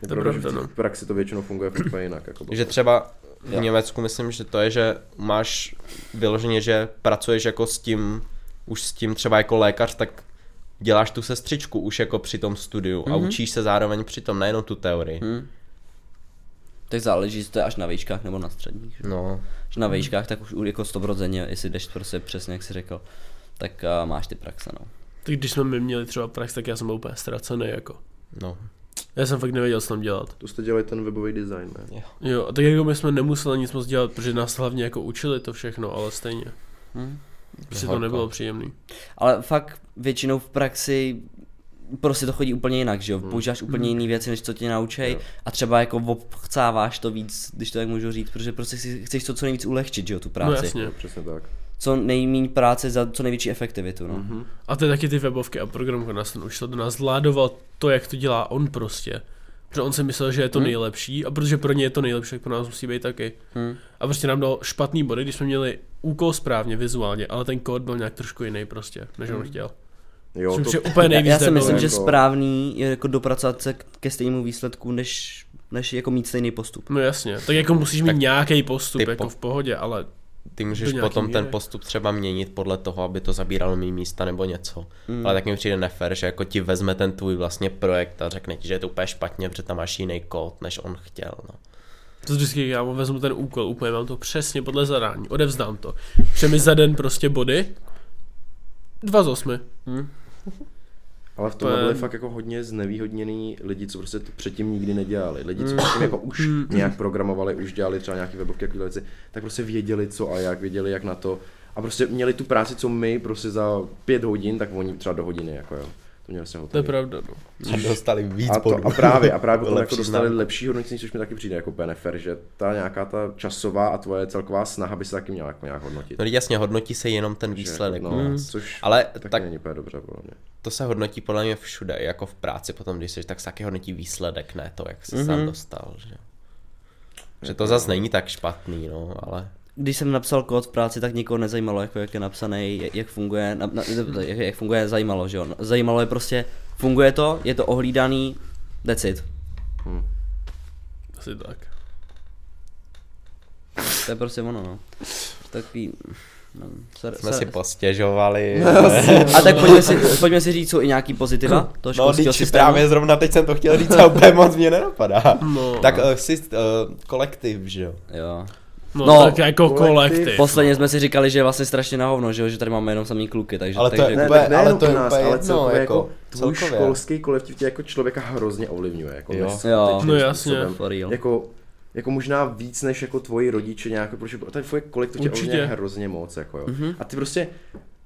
Speaker 3: Je pravda, že
Speaker 4: pravda, no.
Speaker 3: v praxi to většinou funguje fakt úplně jinak. Jako
Speaker 1: Že třeba v Německu myslím, že to je, že máš vyloženě, že pracuješ jako s tím, už s tím třeba jako lékař, tak děláš tu sestřičku už jako při tom studiu mm-hmm. a učíš se zároveň při tom, nejenom tu teorii. Mm.
Speaker 2: Tak záleží, jestli to je až na výškách nebo na středních.
Speaker 1: No,
Speaker 2: Když na výškách, tak už jako stoprocentně, jestli jdeš prostě přesně, jak jsi řekl, tak uh, máš ty praxe, no.
Speaker 4: Tak když jsme my měli třeba prax, tak já jsem byl úplně ztracený jako.
Speaker 1: no.
Speaker 4: Já jsem fakt nevěděl, co tam dělat.
Speaker 3: To jste dělali ten webový design, ne?
Speaker 4: Jo, a tak jako my jsme nemuseli nic moc dělat, protože nás hlavně jako učili to všechno, ale stejně.
Speaker 2: Hm?
Speaker 4: Prostě to
Speaker 1: Horko.
Speaker 4: nebylo příjemný.
Speaker 2: Ale fakt většinou v praxi prostě to chodí úplně jinak, že jo?
Speaker 4: Hmm.
Speaker 2: Používáš úplně jiné věci, než co tě naučej a třeba jako obchcáváš to víc, když to tak můžu říct, protože prostě si chceš to co nejvíc ulehčit, že jo, tu práci.
Speaker 4: No jasně.
Speaker 3: Přesně tak.
Speaker 2: co nejméně práce za co největší efektivitu, no.
Speaker 3: Mhm.
Speaker 4: A to je taky ty webovky a programka na Stanu. Už to do nás ládoval to, jak to dělá on prostě. Protože on si myslel, že je to
Speaker 2: Hmm.
Speaker 4: nejlepší a protože pro ně je to nejlepší, tak pro nás musí být taky.
Speaker 2: Hmm.
Speaker 4: A prostě nám dal špatný body, když jsme měli úkol správně vizuálně, ale ten kód byl nějak trošku jiný prostě, než on chtěl.
Speaker 3: Jo,
Speaker 4: Což
Speaker 3: to,
Speaker 4: je úplně nejvíc
Speaker 2: Hm. Já si
Speaker 4: debil.
Speaker 2: myslím, že
Speaker 3: jako-
Speaker 2: správný je jako dopracovat se ke stejnému výsledku, než, než jako mít stejný postup.
Speaker 4: No jasně, tak jako musíš mít
Speaker 1: Tak
Speaker 4: nějaký postup,
Speaker 1: ty
Speaker 4: jako
Speaker 1: po-
Speaker 4: v pohodě, ale
Speaker 1: Ty můžeš
Speaker 4: Do nějaký
Speaker 1: potom ten
Speaker 4: míry.
Speaker 1: postup třeba měnit podle toho, aby to zabíralo mý místa nebo něco.
Speaker 2: Mm.
Speaker 1: Ale tak mi přijde nefér, že jako ti vezme ten tvůj vlastně projekt a řekne ti, že je to úplně špatně, protože tam máš jiný kód, než on chtěl. No.
Speaker 4: to vždycky já mu vezmu ten úkol, úplně mám to přesně podle zadání, odevzdám to. Pře mi za den prostě body, dva z osmi.
Speaker 3: ale v tom byli
Speaker 4: Pen.
Speaker 3: fakt jako hodně znevýhodněný lidi, co prostě to předtím nikdy nedělali. Lidi,
Speaker 4: Mm.
Speaker 3: co předtím jako už nějak programovali, už dělali třeba nějaké webovky, jako věci, tak prostě věděli co a jak, věděli jak na to. A prostě měli tu práci, co my prostě za pět hodin, tak oni třeba do hodiny, jako jo. To měli se
Speaker 4: To je
Speaker 3: hotové.
Speaker 4: pravda, no.
Speaker 1: A dostali víc
Speaker 3: A, to,
Speaker 1: bodů.
Speaker 3: a právě, a právě
Speaker 1: Bylo
Speaker 3: potom jako
Speaker 1: lepší
Speaker 3: dostali
Speaker 1: znám.
Speaker 3: lepší hodnocení, což mi taky přijde jako benefer, že ta nějaká ta časová a tvoje celková snaha by se taky měla jako nějak hodnotit.
Speaker 1: No jasně, hodnotí se jenom ten
Speaker 3: Že,
Speaker 1: výsledek.
Speaker 3: no,
Speaker 1: no.
Speaker 3: což
Speaker 1: Ale
Speaker 3: taky
Speaker 1: tak
Speaker 3: není úplně dobře, podle mě.
Speaker 1: to se hodnotí podle mě všude, jako v práci potom, když jsi, tak se taky hodnotí výsledek, ne to, jak jsi mm-hmm. sám dostal. Že? že
Speaker 3: Jako-
Speaker 1: to zas není tak špatný, no, ale...
Speaker 2: Když jsem napsal kód v práci, tak nikoho nezajímalo, jako jak je napsaný, jak, jak funguje, na, na, jak, jak funguje, zajímalo, že jo. Zajímalo je prostě, funguje to, je to ohlídaný, decit.
Speaker 4: Asi tak.
Speaker 2: To je prostě ono, no. Takový... No, ser,
Speaker 1: Jsme
Speaker 2: ser-
Speaker 1: si postěžovali.
Speaker 3: No,
Speaker 2: A tak pojďme si, pojďme si říct, jsou i nějaký pozitiva toho
Speaker 1: No,
Speaker 2: školského
Speaker 1: když
Speaker 2: systému.
Speaker 1: právě zrovna teď jsem to chtěl říct a úplně moc mě nenapadá.
Speaker 4: No,
Speaker 1: Tak uh, jsi uh, kolektiv, že jo?
Speaker 2: Jo.
Speaker 4: no,
Speaker 2: no,
Speaker 4: tak jako
Speaker 3: kolektiv.
Speaker 4: kolektiv.
Speaker 2: Posledně jsme si říkali, že je vlastně strašně na hovno, že, jo, že tady máme jenom samý kluky, takže... jako-
Speaker 1: Ale to
Speaker 2: takže,
Speaker 1: je
Speaker 3: Ne,
Speaker 1: Úplně,
Speaker 3: tak ne
Speaker 1: ale
Speaker 3: jenom
Speaker 1: Jako to
Speaker 3: u
Speaker 1: je
Speaker 3: nás,
Speaker 1: úplně
Speaker 3: ale
Speaker 1: jedno,
Speaker 3: celkově
Speaker 1: jako
Speaker 3: jako tvůj
Speaker 1: celkově.
Speaker 3: školský kolektiv tě jako člověka hrozně ovlivňuje, jako
Speaker 1: Jo.
Speaker 2: Jo.
Speaker 3: neskutečným
Speaker 4: No jasně.
Speaker 3: způsobem.
Speaker 2: For real.
Speaker 3: Jako, jako možná víc než jako tvoji rodiče nějak, protože ten tvůj kolektiv tě
Speaker 4: Určitě.
Speaker 3: ovlivňuje hrozně moc, jako jo. A ty prostě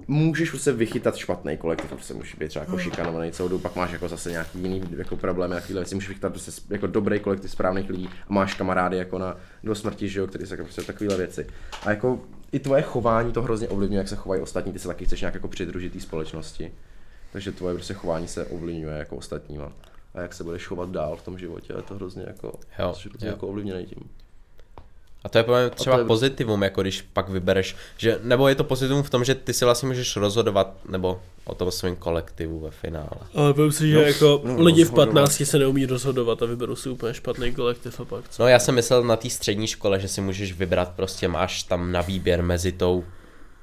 Speaker 3: můžeš prostě vychytat špatný kolektiv, prostě může být třeba jako šikanovaný celou dobu, pak máš jako zase nějaký jiný jako problémy, takovýhle věci, můžeš vychytat prostě s- jako dobrý kolektiv správných lidí a máš kamarády jako na do smrti, že jo, který se jako prostě takovýhle věci. A jako i tvoje chování to hrozně ovlivňuje, jak se chovají ostatní, ty se taky chceš nějak jako přidružit té společnosti. Takže tvoje prostě chování se ovlivňuje jako ostatníma. A jak se budeš chovat dál v tom životě, je to hrozně jako,
Speaker 1: Jo,
Speaker 3: hrozně
Speaker 1: jo.
Speaker 3: jako ovlivněné tím.
Speaker 1: A to je podle mě třeba
Speaker 3: to
Speaker 1: to
Speaker 3: je-
Speaker 1: je... pozitivum, jako když pak vybereš, že, nebo je to pozitivum v tom, že ty si vlastně můžeš rozhodovat, nebo o tom svém kolektivu ve finále.
Speaker 4: Ale vím si, že jako
Speaker 3: no,
Speaker 4: lidi v
Speaker 3: rozhodovat.
Speaker 4: 15 se neumí rozhodovat a vyberou si úplně špatný kolektiv a pak co.
Speaker 1: No já jsem myslel na té střední škole, že si můžeš vybrat, prostě máš tam na výběr mezi tou,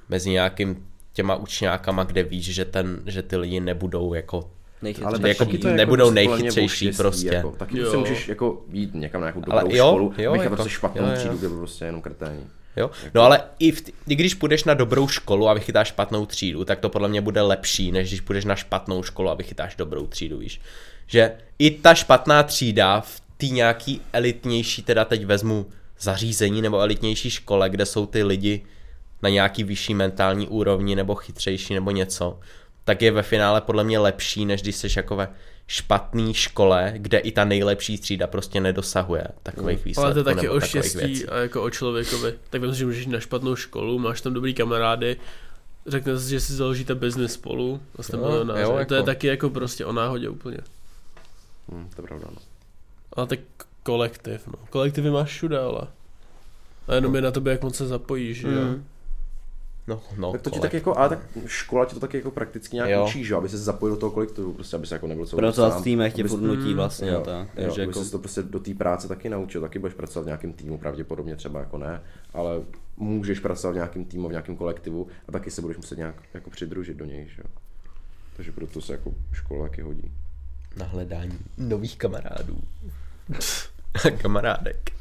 Speaker 1: mezi nějakým těma učňákama, kde víš, že, ten, že ty lidi nebudou jako
Speaker 2: Nejchytřejší.
Speaker 1: tak- jako
Speaker 3: taky
Speaker 1: by nebudou
Speaker 3: dost podle mě
Speaker 1: nejchytřejší
Speaker 3: o štěstí,
Speaker 1: prostě.
Speaker 3: Jako, taky
Speaker 4: Jo.
Speaker 3: si můžeš jako jít někam na nějakou
Speaker 1: Ale
Speaker 3: dobrou
Speaker 1: jo,
Speaker 3: školu,
Speaker 1: jo,
Speaker 3: nechat
Speaker 1: jako-
Speaker 3: prostě špatnou
Speaker 1: jo, jo.
Speaker 3: třídu, kde byl prostě jenom krtání.
Speaker 1: Jo? No ale i, v, t- i když půjdeš na dobrou školu a vychytáš špatnou třídu, tak to podle mě bude lepší, než když půjdeš na špatnou školu a vychytáš dobrou třídu, víš. Že i ta špatná třída v té nějaký elitnější, teda teď vezmu zařízení nebo elitnější škole, kde jsou ty lidi na nějaký vyšší mentální úrovni nebo chytřejší nebo něco, tak je ve finále podle mě lepší, než když jsi jako ve špatný škole, kde i ta nejlepší třída prostě nedosahuje takových výsledků.
Speaker 4: Hmm. Ale to je taky
Speaker 1: jako nebo
Speaker 4: o
Speaker 1: takových věcí.
Speaker 4: štěstí a jako o člověkovi. Tak vím si, že můžeš jít na špatnou školu, máš tam dobrý kamarády, řekne si, že si založíte biznis spolu vlastně a jste
Speaker 1: Jo,
Speaker 4: milionáři.
Speaker 1: jo,
Speaker 4: To je
Speaker 1: jako.
Speaker 4: taky jako prostě o náhodě úplně.
Speaker 3: Hm, to je pravda, no.
Speaker 4: Ale tak kolektiv, no. Kolektivy máš všude, ale. A jenom je na tobě, jak moc se zapojíš, že jo.
Speaker 1: No, no,
Speaker 3: Tak to ti
Speaker 1: kolem.
Speaker 3: tak jako, ale tak škola ti to taky jako prakticky nějak
Speaker 1: Jo.
Speaker 3: učí, že jo, aby se zapojil do toho kolektivu, prostě aby se jako nebyl celou dobu
Speaker 2: Pracovat
Speaker 3: sám,
Speaker 2: v týmech tě
Speaker 3: abys-
Speaker 2: furt nutí vlastně
Speaker 3: Jo,
Speaker 2: a tak.
Speaker 3: jo,
Speaker 2: Takže
Speaker 3: aby
Speaker 2: jako...
Speaker 3: jako... to prostě do té práce taky naučil, taky budeš pracovat v nějakém týmu, pravděpodobně třeba jako ne, ale můžeš pracovat v nějakém týmu, v nějakém kolektivu a taky se budeš muset nějak jako přidružit do něj, že jo. Takže proto se jako škola taky hodí.
Speaker 1: na hledání nových kamarádů. Kamarádek.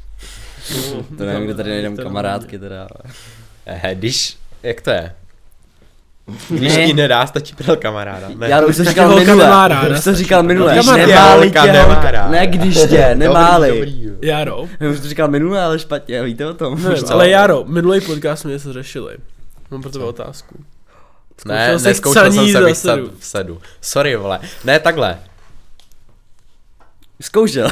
Speaker 4: No.
Speaker 2: To nevím, kde tady nejdem
Speaker 4: To je
Speaker 2: kamarádky teda. ale-
Speaker 1: Eh, když, jak to je? Když ti nedá, stačí prdel kamaráda. Ne.
Speaker 2: Já už to říkal
Speaker 4: holka nemá
Speaker 2: minule.
Speaker 4: ráda,
Speaker 2: Už to říkal minule.
Speaker 1: Když tě
Speaker 2: Nemáli
Speaker 1: holka
Speaker 2: tě,
Speaker 1: nemá
Speaker 2: holka.
Speaker 1: ráda.
Speaker 2: Ne, když tě, nemáli.
Speaker 1: jo.
Speaker 4: Jaro,
Speaker 2: Já Už to říkal minule, ale špatně, víte o tom.
Speaker 4: nevím, No, ale Jaro, minulý podcast jsme něco řešili. Mám pro tebe otázku.
Speaker 1: Ne,
Speaker 4: Zkoušel jsi
Speaker 1: neskoušel jsem
Speaker 4: psaní
Speaker 1: se
Speaker 4: za
Speaker 1: vysat
Speaker 4: sedu.
Speaker 1: v sedu. Sorry, vole. Ne, takhle.
Speaker 2: Zkoušel.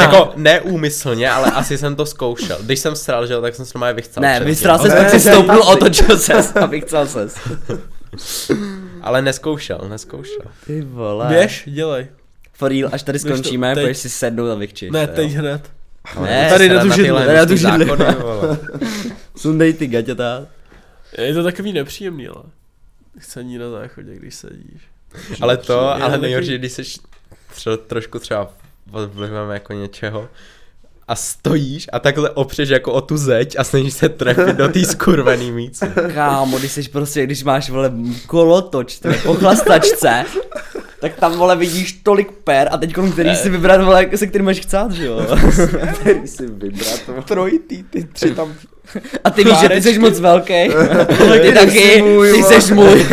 Speaker 1: jako neúmyslně, ale asi jsem to zkoušel. Když jsem sral, že jo, tak jsem se normálně vychcel.
Speaker 2: ne,
Speaker 1: předtím.
Speaker 2: vystrál ses,
Speaker 3: Ale
Speaker 2: tak si
Speaker 3: to je
Speaker 2: stoupil,
Speaker 3: fantastic.
Speaker 2: otočil ses a vykcal ses.
Speaker 1: Ale neskoušel, neskoušel.
Speaker 2: Ty vole.
Speaker 4: Běž, dělej.
Speaker 2: For real, až tady
Speaker 4: Běž to
Speaker 2: skončíme,
Speaker 4: teď.
Speaker 2: půjdeš si sednout a vykčit.
Speaker 4: Ne, teď hned.
Speaker 2: Ne,
Speaker 4: Tady
Speaker 1: Sra
Speaker 4: na tu
Speaker 1: ty
Speaker 4: židli,
Speaker 1: lehmý
Speaker 2: tady na tu židli.
Speaker 1: zákony, vole.
Speaker 2: Sundej ty gaťata.
Speaker 4: Je to takový nepříjemný, ale. Chcení na záchodě, když sedíš.
Speaker 1: Ale to,
Speaker 4: Je
Speaker 1: ale
Speaker 4: taky-
Speaker 1: nejhorší, když jsi tře, trošku třeba pod vlivem jako něčeho a stojíš a takhle opřeš jako o tu zeď a snažíš se trefit do té skurvený míc.
Speaker 2: Kámo, když jsi prostě, když máš vole kolotoč, to je pochlastačce, tak tam vole vidíš tolik per a teď který si vybrat vole, se kterým máš chcát, že jo?
Speaker 3: Který si vybrat, to
Speaker 1: Trojitý, ty tři tam.
Speaker 2: A ty víš, že ty jsi moc velký, ty taky, ty jsi můj.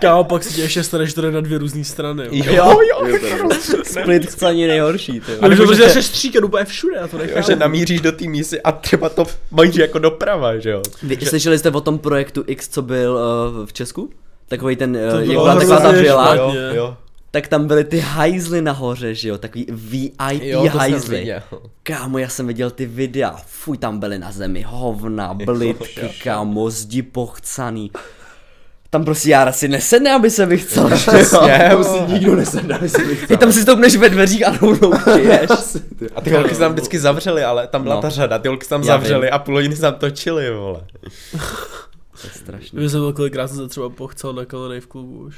Speaker 4: Kámo, pak si tě ještě staneš tady na dvě různé strany. jo.
Speaker 2: Jo,
Speaker 3: je to
Speaker 2: split chcání nejhorší, ty.
Speaker 4: A
Speaker 2: vole.
Speaker 4: nebo že no, začneš stříkat úplně všude, já to nechám.
Speaker 1: že namíříš do té mísy a třeba to mají jako doprava, že jo?
Speaker 2: Vy, slyšeli jste o tom projektu X, co byl eh, v Česku? Takový ten, eh, jak
Speaker 4: bylo
Speaker 2: byla taková ta
Speaker 4: hrozně
Speaker 2: žila,
Speaker 4: špatně.
Speaker 1: jo, jo.
Speaker 2: tak tam byly ty hajzly nahoře, že jo, takový VIP hajzly. Kámo, já jsem viděl ty videa, fuj, tam byly na zemi hovna, blitky, kámo, zdi pochcaný. Tam prostě Jára si nesedne, aby se vychcel, že jo?
Speaker 1: Přesně.
Speaker 3: si nikdo nesedne, aby si bych
Speaker 2: Ty tam si stoupneš ve dveřích a rovnou přiješ.
Speaker 1: A ty holky se tam vždycky zavřeli, ale tam byla
Speaker 2: No.
Speaker 1: ta řada, ty holky se tam
Speaker 2: Já
Speaker 1: zavřeli a půl hodiny se tam točili, vole.
Speaker 2: Strašný.
Speaker 4: Kdyby jsem byl kolikrát jsem se třeba pochcel na kolenej v klubu už.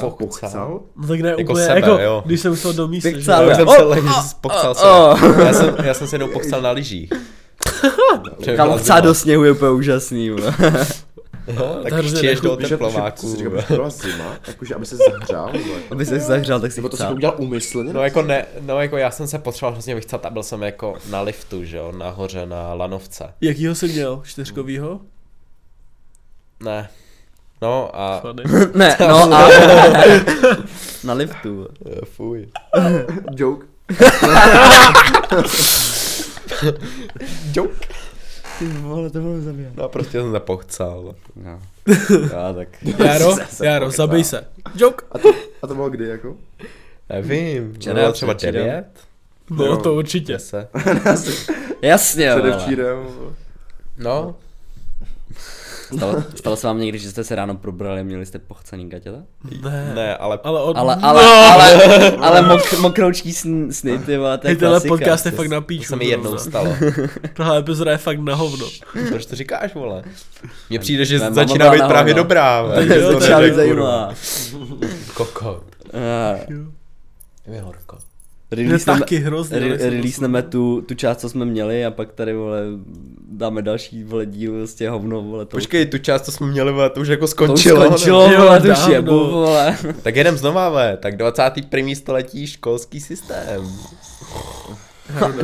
Speaker 3: to pochcal.
Speaker 4: No tak ne jako úplně,
Speaker 1: sebe,
Speaker 4: jako,
Speaker 1: jo.
Speaker 4: když jsem šel do místa, že
Speaker 2: Pochcel.
Speaker 4: jo.
Speaker 1: Já jsem
Speaker 2: O,
Speaker 1: se leží, pochcal se.
Speaker 2: o.
Speaker 1: Já jsem, já jsem se jednou pochcal na lyžích. Protože
Speaker 2: Kámo,
Speaker 1: byla
Speaker 2: chcát
Speaker 1: zima.
Speaker 2: do sněhu je úplně úžasný, vole.
Speaker 1: No,
Speaker 4: To je
Speaker 1: tak
Speaker 4: hrozně
Speaker 1: přiješ do
Speaker 3: Víš, jak to, že- co
Speaker 1: teplováku.
Speaker 3: jsi říkal, protože byla zima, jakože aby se zahřál, vole.
Speaker 2: Aby se zahřál, tak si
Speaker 3: Nebo to jsi to
Speaker 2: chcát.
Speaker 3: udělal úmyslně?
Speaker 1: No jako ne, no jako já jsem se potřeboval hrozně vychcat a byl jsem jako na liftu, že jo, nahoře na lanovce.
Speaker 4: Jakýho jsi měl? Čtyřkovýho?
Speaker 1: Ne. No a...
Speaker 4: Fany.
Speaker 2: Ne, no a... Na liftu.
Speaker 1: Eh, Fuj.
Speaker 3: Joke.
Speaker 1: Joke.
Speaker 2: Ty vole, to bylo zabíjat.
Speaker 1: No prostě jsem se pochcal.
Speaker 2: No. Já tak.
Speaker 4: Járo,
Speaker 3: se
Speaker 4: Járo,
Speaker 3: pochcel.
Speaker 4: zabij se. Joke.
Speaker 3: A to, a to bylo kdy jako?
Speaker 1: Nevím,
Speaker 2: Včera,
Speaker 1: bylo třeba
Speaker 2: předtím.
Speaker 1: devět?
Speaker 4: No
Speaker 3: Jo.
Speaker 4: to určitě.
Speaker 1: Deset.
Speaker 2: Jasně, vole.
Speaker 3: Předevčírem.
Speaker 1: No,
Speaker 2: Stalo, stalo se vám někdy, že jste se ráno probrali a měli jste pochcený gatěta?
Speaker 4: Ne.
Speaker 1: ne, ale
Speaker 4: Ale od...
Speaker 2: Ale, ale,
Speaker 4: No!
Speaker 2: ale, ale mok, mokroučký sny, sny ty vole, to je
Speaker 4: Hej, tenhle
Speaker 2: klasika.
Speaker 4: podcast je fakt na
Speaker 1: to
Speaker 4: píču.
Speaker 1: se mi jednou
Speaker 4: zrovna.
Speaker 1: stalo.
Speaker 4: Tahle epizoda je fakt na hovno.
Speaker 1: Proč to říkáš, vole? Mně přijde, že
Speaker 2: Tvé mama
Speaker 1: začíná
Speaker 2: byla
Speaker 1: být
Speaker 2: na
Speaker 1: právě
Speaker 2: hovno.
Speaker 1: dobrá, vole.
Speaker 4: Tak
Speaker 1: Že
Speaker 4: jo,
Speaker 1: to
Speaker 2: To
Speaker 4: to
Speaker 2: třeba
Speaker 4: je
Speaker 1: nejde,
Speaker 2: mě zajímá.
Speaker 1: kurva. Kokot.
Speaker 2: Eh,
Speaker 1: Je mi horko.
Speaker 2: releaseneme-
Speaker 4: taky hrozně,
Speaker 2: re-
Speaker 4: nejsem
Speaker 2: Releaseneme
Speaker 4: osobní.
Speaker 2: tu, tu část, co jsme měli a pak tady vole dáme další vole díl vlastně hovno vole. To,
Speaker 1: Počkej, tu část, co jsme měli, vole, to už jako
Speaker 2: to už
Speaker 1: skončilo. ne?
Speaker 2: skončilo
Speaker 4: Jo,
Speaker 2: vole, to už
Speaker 4: dávno.
Speaker 2: je bu, vole.
Speaker 1: Tak jedem znova, ve. Tak 21. století školský systém.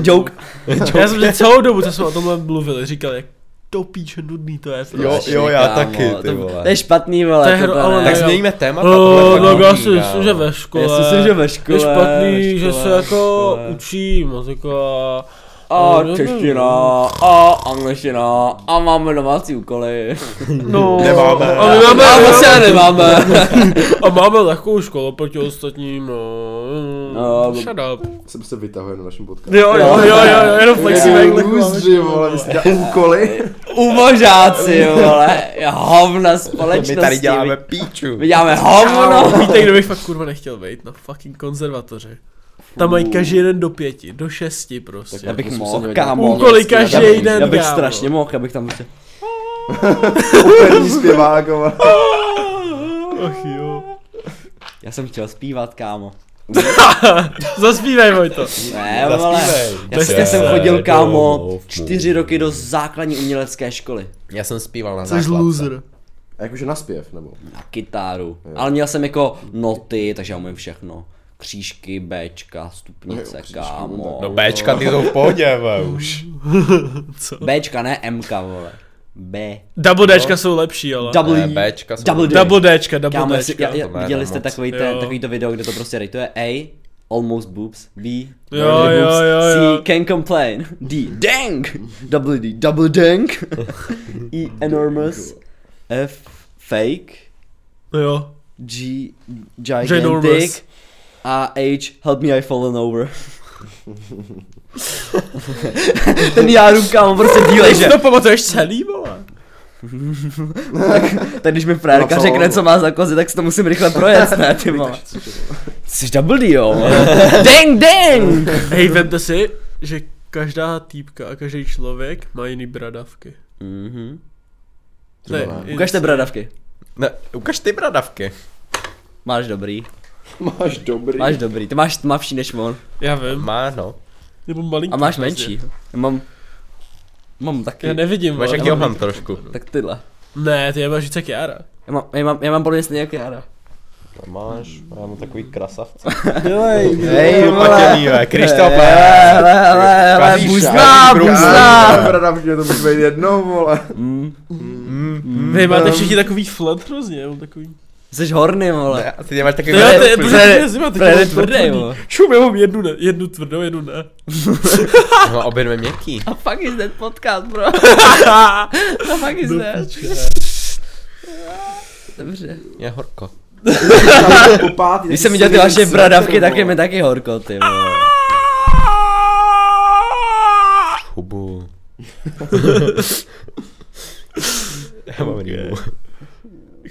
Speaker 2: Joke.
Speaker 4: Já jsem že celou dobu, co jsme o tomhle mluvili, říkal, jak to píče nudný to je. prostě.
Speaker 1: Jo,
Speaker 2: Strašný,
Speaker 1: jo, já
Speaker 2: kámo,
Speaker 1: taky, ty
Speaker 2: to-
Speaker 1: vole.
Speaker 2: To je špatný vole.
Speaker 4: To je hro-
Speaker 2: tohle,
Speaker 4: ale
Speaker 2: ne.
Speaker 1: Tak
Speaker 4: jo.
Speaker 1: změníme téma.
Speaker 4: Oh, no, já si myslím, že ve škole.
Speaker 2: Já si myslím, že ve škole.
Speaker 4: je špatný, že
Speaker 2: škole,
Speaker 4: se jako
Speaker 2: škole.
Speaker 4: učí muzika.
Speaker 2: A
Speaker 4: No,
Speaker 2: čeština, a angličtina, a máme domácí úkoly.
Speaker 4: No,
Speaker 1: Nemáme.
Speaker 4: A my máme,
Speaker 2: a
Speaker 4: a,
Speaker 2: vlastně nemáme.
Speaker 4: a máme lehkou školu proti ostatním, no.
Speaker 2: No,
Speaker 4: no shut up.
Speaker 3: Jsem se vytahuje na našem podcastu.
Speaker 4: Jo, jo, jo, jo, jo jenom flexíme, jak lehkou máme
Speaker 3: Lůzři, vole, prostě vy jste dělali úkoly.
Speaker 2: Ubožáci, vole, hovna
Speaker 1: My
Speaker 2: společnosti.
Speaker 1: tady děláme píču.
Speaker 2: My děláme hovno.
Speaker 4: Víte, kde bych fakt kurva nechtěl být? Na fucking konzervatoři. Tam mají každý jeden do pěti, do šesti
Speaker 2: Já
Speaker 4: prostě.
Speaker 2: bych
Speaker 3: Musím
Speaker 2: mohl,
Speaker 3: se
Speaker 2: kámo.
Speaker 4: Úkoly
Speaker 2: Já bych-
Speaker 4: každý jeden,
Speaker 2: Já bych
Speaker 4: kámo.
Speaker 2: strašně mohl, abych tam prostě...
Speaker 3: Operní zpěvák, vole.
Speaker 4: Ach jo.
Speaker 2: Já jsem chtěl zpívat, kámo.
Speaker 4: Zaspívej, Vojto.
Speaker 2: Ne, vole. Já
Speaker 1: Zaspívej.
Speaker 2: jsem, jsem chodil, kámo,
Speaker 1: Domů.
Speaker 2: čtyři roky do základní umělecké školy.
Speaker 1: Já jsem zpíval na
Speaker 4: Jsi
Speaker 1: základce.
Speaker 4: loser.
Speaker 3: A Jakože naspěv, nebo?
Speaker 2: Na kytáru. Ale měl jsem jako noty, takže já umím všechno. Křížky, Bčka, stupnice, kámo.
Speaker 1: No Bčka, ty jsou v pohodě, ve, už.
Speaker 2: Bčka, ne Mka, vole. B.
Speaker 4: Double Dčka jsou lepší, ale.
Speaker 2: W.
Speaker 1: Ne, Bčka jsou-
Speaker 2: No. Double D.
Speaker 4: Double Dčka,
Speaker 2: Kámo,
Speaker 4: double
Speaker 2: jestli-
Speaker 4: Dčka.
Speaker 2: já, já,
Speaker 1: to má
Speaker 2: viděli
Speaker 1: moc.
Speaker 2: jste takový, ten,
Speaker 4: Jo.
Speaker 2: takový to video, kde to prostě rejtuje A, almost boobs, B,
Speaker 4: Jo,
Speaker 2: barely
Speaker 4: jo,
Speaker 2: boobs,
Speaker 4: jo,
Speaker 2: C,
Speaker 4: jo.
Speaker 2: can complain, D, dank, double D, double dank, E, enormous, F, fake,
Speaker 4: No jo.
Speaker 2: G,
Speaker 4: Ginormous.
Speaker 2: gigantic, a A H, help me, I fallen over. Ten Járum, kámo, prostě dílej, že?
Speaker 4: Ty to pamatuješ celý, vole.
Speaker 2: Tak když mi frajerka
Speaker 3: Napsal
Speaker 2: řekne,
Speaker 3: ono.
Speaker 2: co má za kozy, tak si to musím rychle projet, ne, ty vole. Jsi double D, jo. dang, dang!
Speaker 4: Hej, vemte si, že každá týpka a každý člověk má jiný bradavky.
Speaker 2: Mhm.
Speaker 4: To je
Speaker 3: vole.
Speaker 4: i-
Speaker 2: Ukažte bradavky.
Speaker 1: Ne, ukaž ty bradavky.
Speaker 2: Máš dobrý,
Speaker 3: Máš dobrý.
Speaker 2: máš dobrý, ty máš tmavší než on.
Speaker 4: Já vím.
Speaker 1: Má, no.
Speaker 4: Nebo malinký.
Speaker 2: A máš
Speaker 4: prostě.
Speaker 2: menší. Já mám, mám taky.
Speaker 4: Já nevidím,
Speaker 1: Máš
Speaker 4: vole.
Speaker 1: jak Johan trošku.
Speaker 2: Tak tyhle.
Speaker 4: Ne, ty je máš víc jak Jara.
Speaker 2: Já mám, já mám, já mám podle mě stejně jako Jara.
Speaker 1: Máš, já mám takový krasavce.
Speaker 2: Dělej,
Speaker 1: Hej, opatěný, ve, kryštále.
Speaker 2: Hele, hele, hele, hele,
Speaker 3: Kazíš,
Speaker 2: buzná,
Speaker 3: já.
Speaker 2: buzná.
Speaker 3: Brada, mě to může být jedno, vole.
Speaker 2: Mm, Hmm.
Speaker 4: Vy máte všichni takový flat hrozně, já mám takový.
Speaker 2: Jsi horný, vole.
Speaker 1: Ne, a ty máš takový
Speaker 4: To jo, to je,
Speaker 1: bradavky.
Speaker 4: protože
Speaker 2: Fred-
Speaker 4: ty máte
Speaker 2: Fred je
Speaker 4: takovou
Speaker 2: tvrdý,
Speaker 4: tvrdý.
Speaker 2: vole.
Speaker 4: Šum, já mám jednu, ne, jednu tvrdou, jednu ne.
Speaker 1: No, obě dvě měkký.
Speaker 2: The fuck is that podcast, bro? The fuck is
Speaker 4: Do
Speaker 2: that?
Speaker 4: piče.
Speaker 2: Dobře.
Speaker 1: Je horko.
Speaker 2: Když jsem viděl ty vaše bradavky, tak je mi taky horko, ty vole.
Speaker 1: Hubu. Já mám rýmu.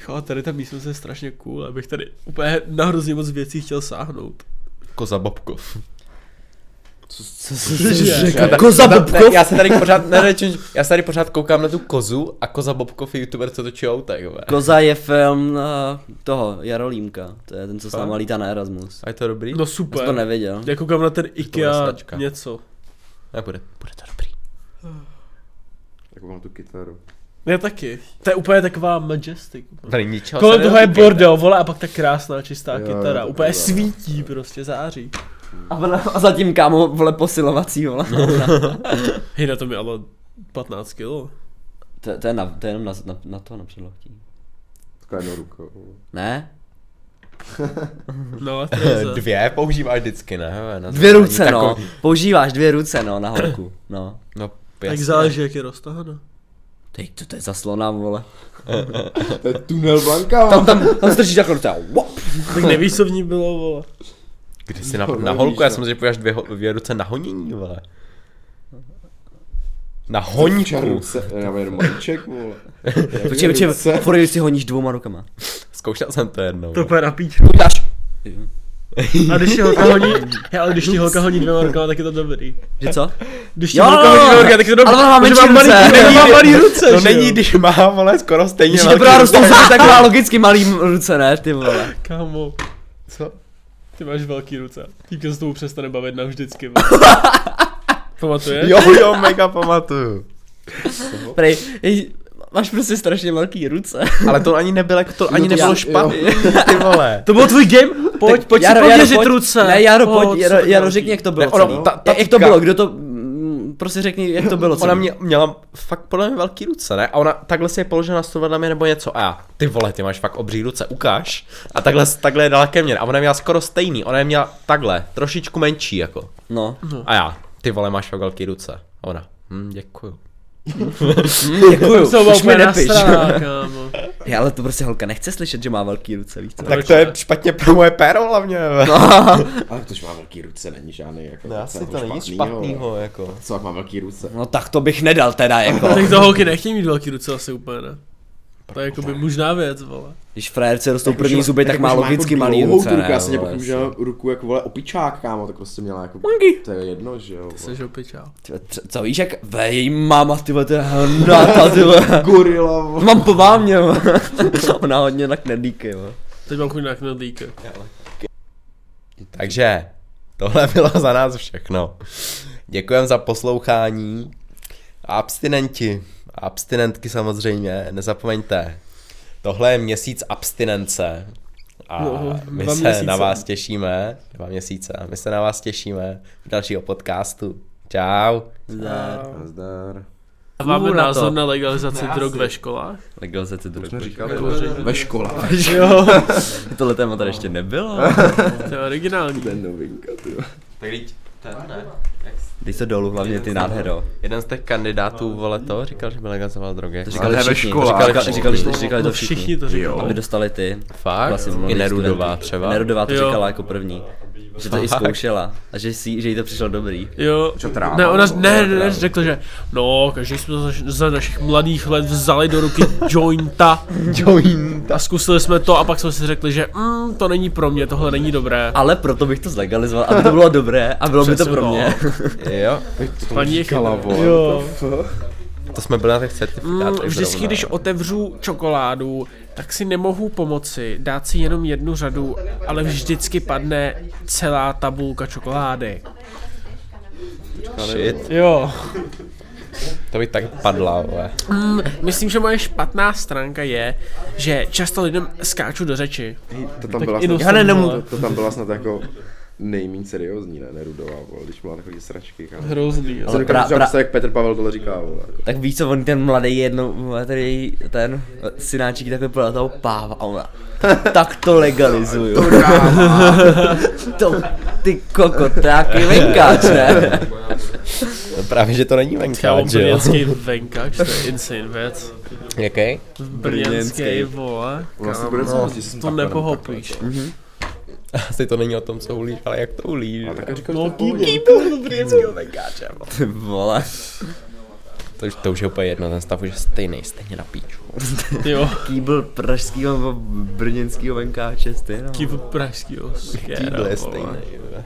Speaker 4: Jo, tady ta místnost je strašně cool, abych tady úplně na hrozně moc věcí chtěl sáhnout.
Speaker 1: Koza babko.
Speaker 2: Co jsi
Speaker 1: Já-
Speaker 2: řekl? Koza
Speaker 1: ne,
Speaker 2: Bobkov?
Speaker 1: Já se tady pořád, ne, ne, čím- já se tady pořád koukám na tu kozu a koza Bobkov je youtuber, co točí auta, jo. ve.
Speaker 2: Koza je film eh, toho, Jarolímka. To je ten, co s náma lítá na Erasmus.
Speaker 1: A je to dobrý?
Speaker 4: No
Speaker 2: Já jsem to
Speaker 4: super.
Speaker 2: nevěděl.
Speaker 4: Já koukám na ten IKEA
Speaker 1: stačka.
Speaker 4: něco.
Speaker 1: Nebude. Bude to dobrý.
Speaker 3: Tak mám tu kytaru.
Speaker 4: Já taky. To je úplně taková majestic.
Speaker 1: Tady ničeho
Speaker 4: Kolem
Speaker 1: se
Speaker 4: toho je
Speaker 1: nedotýkejte.
Speaker 4: bordel, vole, a pak ta krásná čistá
Speaker 3: Jo,
Speaker 4: kytara.
Speaker 3: jo,
Speaker 4: Úplně
Speaker 3: jo.
Speaker 4: svítí prostě, září.
Speaker 2: A, vole- a zatím kámo, vole, posilovací, vole.
Speaker 4: Hej, na to mi ale 15 kilo.
Speaker 2: To, to, je, na, to je jenom na, na, na to, na předloktí.
Speaker 3: Taková jednou rukou.
Speaker 2: Ne?
Speaker 4: No, a Tereza.
Speaker 1: Eh, Dvě používáš vždycky, ne? hele, na
Speaker 2: Dvě
Speaker 1: zbraní.
Speaker 2: ruce, no.
Speaker 1: Takový-
Speaker 2: Používáš dvě ruce, no, na horku. No.
Speaker 1: No,
Speaker 4: Tak
Speaker 1: jasně.
Speaker 4: záleží, jak je roztahaná.
Speaker 2: Teď to, to je za slona, vole.
Speaker 3: To je tunel Blanka.
Speaker 2: Tam, tam, tam strčíš jako takhle docela.
Speaker 4: Tak nevíš, co v ní bylo, vole.
Speaker 1: Když jsi na,
Speaker 3: No,
Speaker 1: na
Speaker 3: nevíš,
Speaker 1: holku, já
Speaker 3: no.
Speaker 1: jsem si používáš dvě, ho- dvě ruce na honění, vole. Na honíku.
Speaker 3: Já mám jenom malíček, vole.
Speaker 2: Počkej, počkej, furt když si honíš dvouma rukama.
Speaker 1: Zkoušel jsem to jednou.
Speaker 4: To
Speaker 1: vole.
Speaker 4: úplně na píč.
Speaker 2: Dáš.
Speaker 4: A když ti holka honí, Hej, ale když ti holka honí dvěma rukama, tak je to dobrý.
Speaker 2: Že co?
Speaker 4: Když ti
Speaker 2: Jo,
Speaker 4: holka honí dvěma rukama, tak je to dobrý.
Speaker 2: ale ona má
Speaker 4: protože
Speaker 2: menší
Speaker 4: malý-
Speaker 2: ruce. Ona
Speaker 4: Není, má
Speaker 2: má
Speaker 4: malý ruce,
Speaker 1: To
Speaker 4: že jo?
Speaker 1: není, když má, vole, skoro stejně
Speaker 2: Když
Speaker 1: velký
Speaker 2: teprve
Speaker 1: ruce.
Speaker 2: rostou zuby, tak má logicky malý m- ruce, ne, ty vole.
Speaker 4: Kámo,
Speaker 1: Co?
Speaker 4: ty máš velký ruce. Týka se tomu přestane bavit navždycky. Pamatuješ?
Speaker 1: Jo, jo, mega pamatuju.
Speaker 2: Prej, jej, máš prostě strašně velký ruce.
Speaker 1: Ale to ani nebylo,
Speaker 4: No
Speaker 1: to ani
Speaker 3: to
Speaker 1: nebylo
Speaker 3: já-
Speaker 1: špatně, ty vole.
Speaker 4: To byl tvůj game? Pojď, pojď si poměřit ruce.
Speaker 2: Ne, Jaro, pojď,
Speaker 4: co
Speaker 2: Jaro,
Speaker 4: to
Speaker 2: Jaro
Speaker 4: další?
Speaker 2: řekni, jak to
Speaker 1: Ne,
Speaker 2: bylo.
Speaker 1: ono,
Speaker 2: celý.
Speaker 1: ta, ta,
Speaker 2: Jak- Jak to bylo, kdo to, mm, prostě řekni, jak to bylo
Speaker 1: Ona
Speaker 2: celý.
Speaker 1: mě, měla fakt podle mě velký ruce, ne? A ona takhle si je položila na stůl vedle mě nebo něco. A já, ty vole, ty máš fakt obří ruce, ukáž. A takhle, takhle je dala ke mně. A ona měla skoro stejný, ona je měla takhle, trošičku menší jako.
Speaker 2: No,
Speaker 1: A já, ty vole, máš fakt velký ruce. A ona, hm, děkuju.
Speaker 2: děkuju,
Speaker 4: To bylo
Speaker 2: už mi
Speaker 4: úplně
Speaker 2: nepiš.
Speaker 4: nasrá, kámo.
Speaker 2: Hej, ale to prostě holka nechce slyšet, že má velký ruce, víš co?
Speaker 1: Tak to je špatně pro moje péro hlavně. No,
Speaker 3: Ale tož má velký ruce, není žádný jako.
Speaker 1: asi to není
Speaker 3: špatnýho,
Speaker 1: špatnýho, jako.
Speaker 3: Co jak má velký ruce?
Speaker 2: No tak to bych nedal teda, jako.
Speaker 4: Tak to holky nechtějí mít velký ruce asi úplně, ne? To je jakoby mužná věc, vole.
Speaker 2: Když frajerce rostou první zuby, tak má
Speaker 3: už
Speaker 2: logicky
Speaker 3: jako
Speaker 2: malý
Speaker 3: dlouhou
Speaker 2: ruce,
Speaker 3: tu
Speaker 2: ne,
Speaker 3: ruku, já si
Speaker 2: vole,
Speaker 3: nepochopím, že měla ruku jako vole opičák, kámo, tak prostě měla jako... To je jedno, že jo.
Speaker 4: Jsi opičál.
Speaker 2: Ty vole, tře- Co víš, jak ve její máma, ty vole, to je hranata, ty vole.
Speaker 3: Gorila, vole.
Speaker 2: Mám po vámě, jo. Ona hodně na knedlíky, jo.
Speaker 4: Teď mám chuť na knedlíka.
Speaker 1: Takže, tohle bylo za nás všechno. Děkujeme za poslouchání. Abstinenti, abstinentky samozřejmě, nezapomeňte. Tohle je měsíc abstinence. A
Speaker 4: No,
Speaker 1: my se
Speaker 4: dva měsíce.
Speaker 1: na vás těšíme, dva měsíce, my se na vás těšíme v dalšího podcastu. Čau.
Speaker 3: Nazdar.
Speaker 4: A máme
Speaker 2: Fůj, na
Speaker 4: názor
Speaker 2: to.
Speaker 4: na legalizaci drog ve školách?
Speaker 2: Legalizace drog.
Speaker 3: Jsme říkali ve školách.
Speaker 2: Jo. Tohle téma tady ještě nebylo.
Speaker 4: To je originální.
Speaker 3: To je novinka, ty jo.
Speaker 1: Tak ten, ne?
Speaker 2: Dej se dolů, hlavně ty nádhero.
Speaker 1: Jeden z těch kandidátů, vole, to říkal, že by legalizoval drogy.
Speaker 2: To
Speaker 1: jako.
Speaker 2: říkali
Speaker 3: Ale ve
Speaker 2: všichni. To
Speaker 3: školách.
Speaker 2: říkali, říkali, říkali, říkali
Speaker 4: No
Speaker 2: to všichni.
Speaker 4: všichni to říkali.
Speaker 2: Aby dostali ty.
Speaker 1: Fakt?
Speaker 2: Vlastně mluví
Speaker 1: I Nerudová
Speaker 2: studenti.
Speaker 1: třeba.
Speaker 2: Nerudová to
Speaker 4: Jo.
Speaker 2: říkala jako první. Že to i zkoušela a že, si, že jí to přišlo dobrý.
Speaker 4: Jo.
Speaker 3: Čo, tráva,
Speaker 4: ne, ona,
Speaker 3: nebo-
Speaker 4: ne, ne, ne, řekl, že no, každý jsme za, za našich mladých let vzali do ruky jointa
Speaker 1: Jointa.
Speaker 4: a zkusili jsme to a pak jsme si řekli, že mm, to není pro mě, tohle není dobré.
Speaker 2: Ale proto bych to zlegalizoval, aby to bylo dobré a bylo by to
Speaker 4: Přesně,
Speaker 2: pro
Speaker 4: no.
Speaker 2: mě.
Speaker 1: Jo,
Speaker 4: Paní je
Speaker 3: Říkala,
Speaker 4: chytrá.
Speaker 3: vole.
Speaker 1: to jsme byli na těch
Speaker 4: Mm,
Speaker 1: certifikátech
Speaker 4: vždycky,
Speaker 1: zrovna.
Speaker 4: když otevřu čokoládu, tak si nemohu pomoci dát si jenom jednu řadu, ale vždycky padne celá tabulka čokolády.
Speaker 1: Shit,
Speaker 4: Jo.
Speaker 1: to by tak padla, vole.
Speaker 4: Mm, myslím, že moje špatná stránka je, že často lidem skáču do řeči.
Speaker 3: To tam byla
Speaker 4: inu
Speaker 3: snad,
Speaker 4: Já ne, jsem, nemů- vole.
Speaker 3: to, to tam byla snad jako nejméně seriózní, ne, Nerudová, vole, když byla takové sračky, kámo.
Speaker 4: Hrozný.
Speaker 3: Co
Speaker 2: Ale pra-
Speaker 3: dokážu
Speaker 2: pra-
Speaker 3: pra... jak Petr Pavel tohle říká, vole. jako.
Speaker 2: Tak víš co, on ten mladý jednou, vole, tady její ten eh, synáček takhle podle toho páva a ona, tak to legalizuju. to, ty koko, to je jaký venkáč, ne?
Speaker 1: No právě, že to není
Speaker 4: Kámo,
Speaker 1: venkáč, že jo?
Speaker 4: brněnský venkač, to je insane věc.
Speaker 1: Jaký?
Speaker 4: Brněnský, vole,
Speaker 3: Vlastně
Speaker 4: kámo,
Speaker 3: bude no, jsem
Speaker 4: to
Speaker 3: takhle, nebo
Speaker 4: nepochopíš.
Speaker 1: Asi to není o tom, co ulíš, ale jak to ulíš,
Speaker 3: takhle.
Speaker 1: že?
Speaker 3: Tak říkáš,
Speaker 4: No,
Speaker 3: to je pohodě.
Speaker 4: kýbl, brněnský
Speaker 1: Venkáče, vole.
Speaker 2: Ty vole.
Speaker 1: To, už- to už je úplně jedno, ten stav už je stejný, stejně na píču.
Speaker 4: Jo,
Speaker 2: Kýbl pražskýho nebo brněnskýho venkáče, stejno.
Speaker 4: kýbl pražský, jo, skvělá,
Speaker 1: Kýdle je
Speaker 4: vole.
Speaker 1: stejný, vole.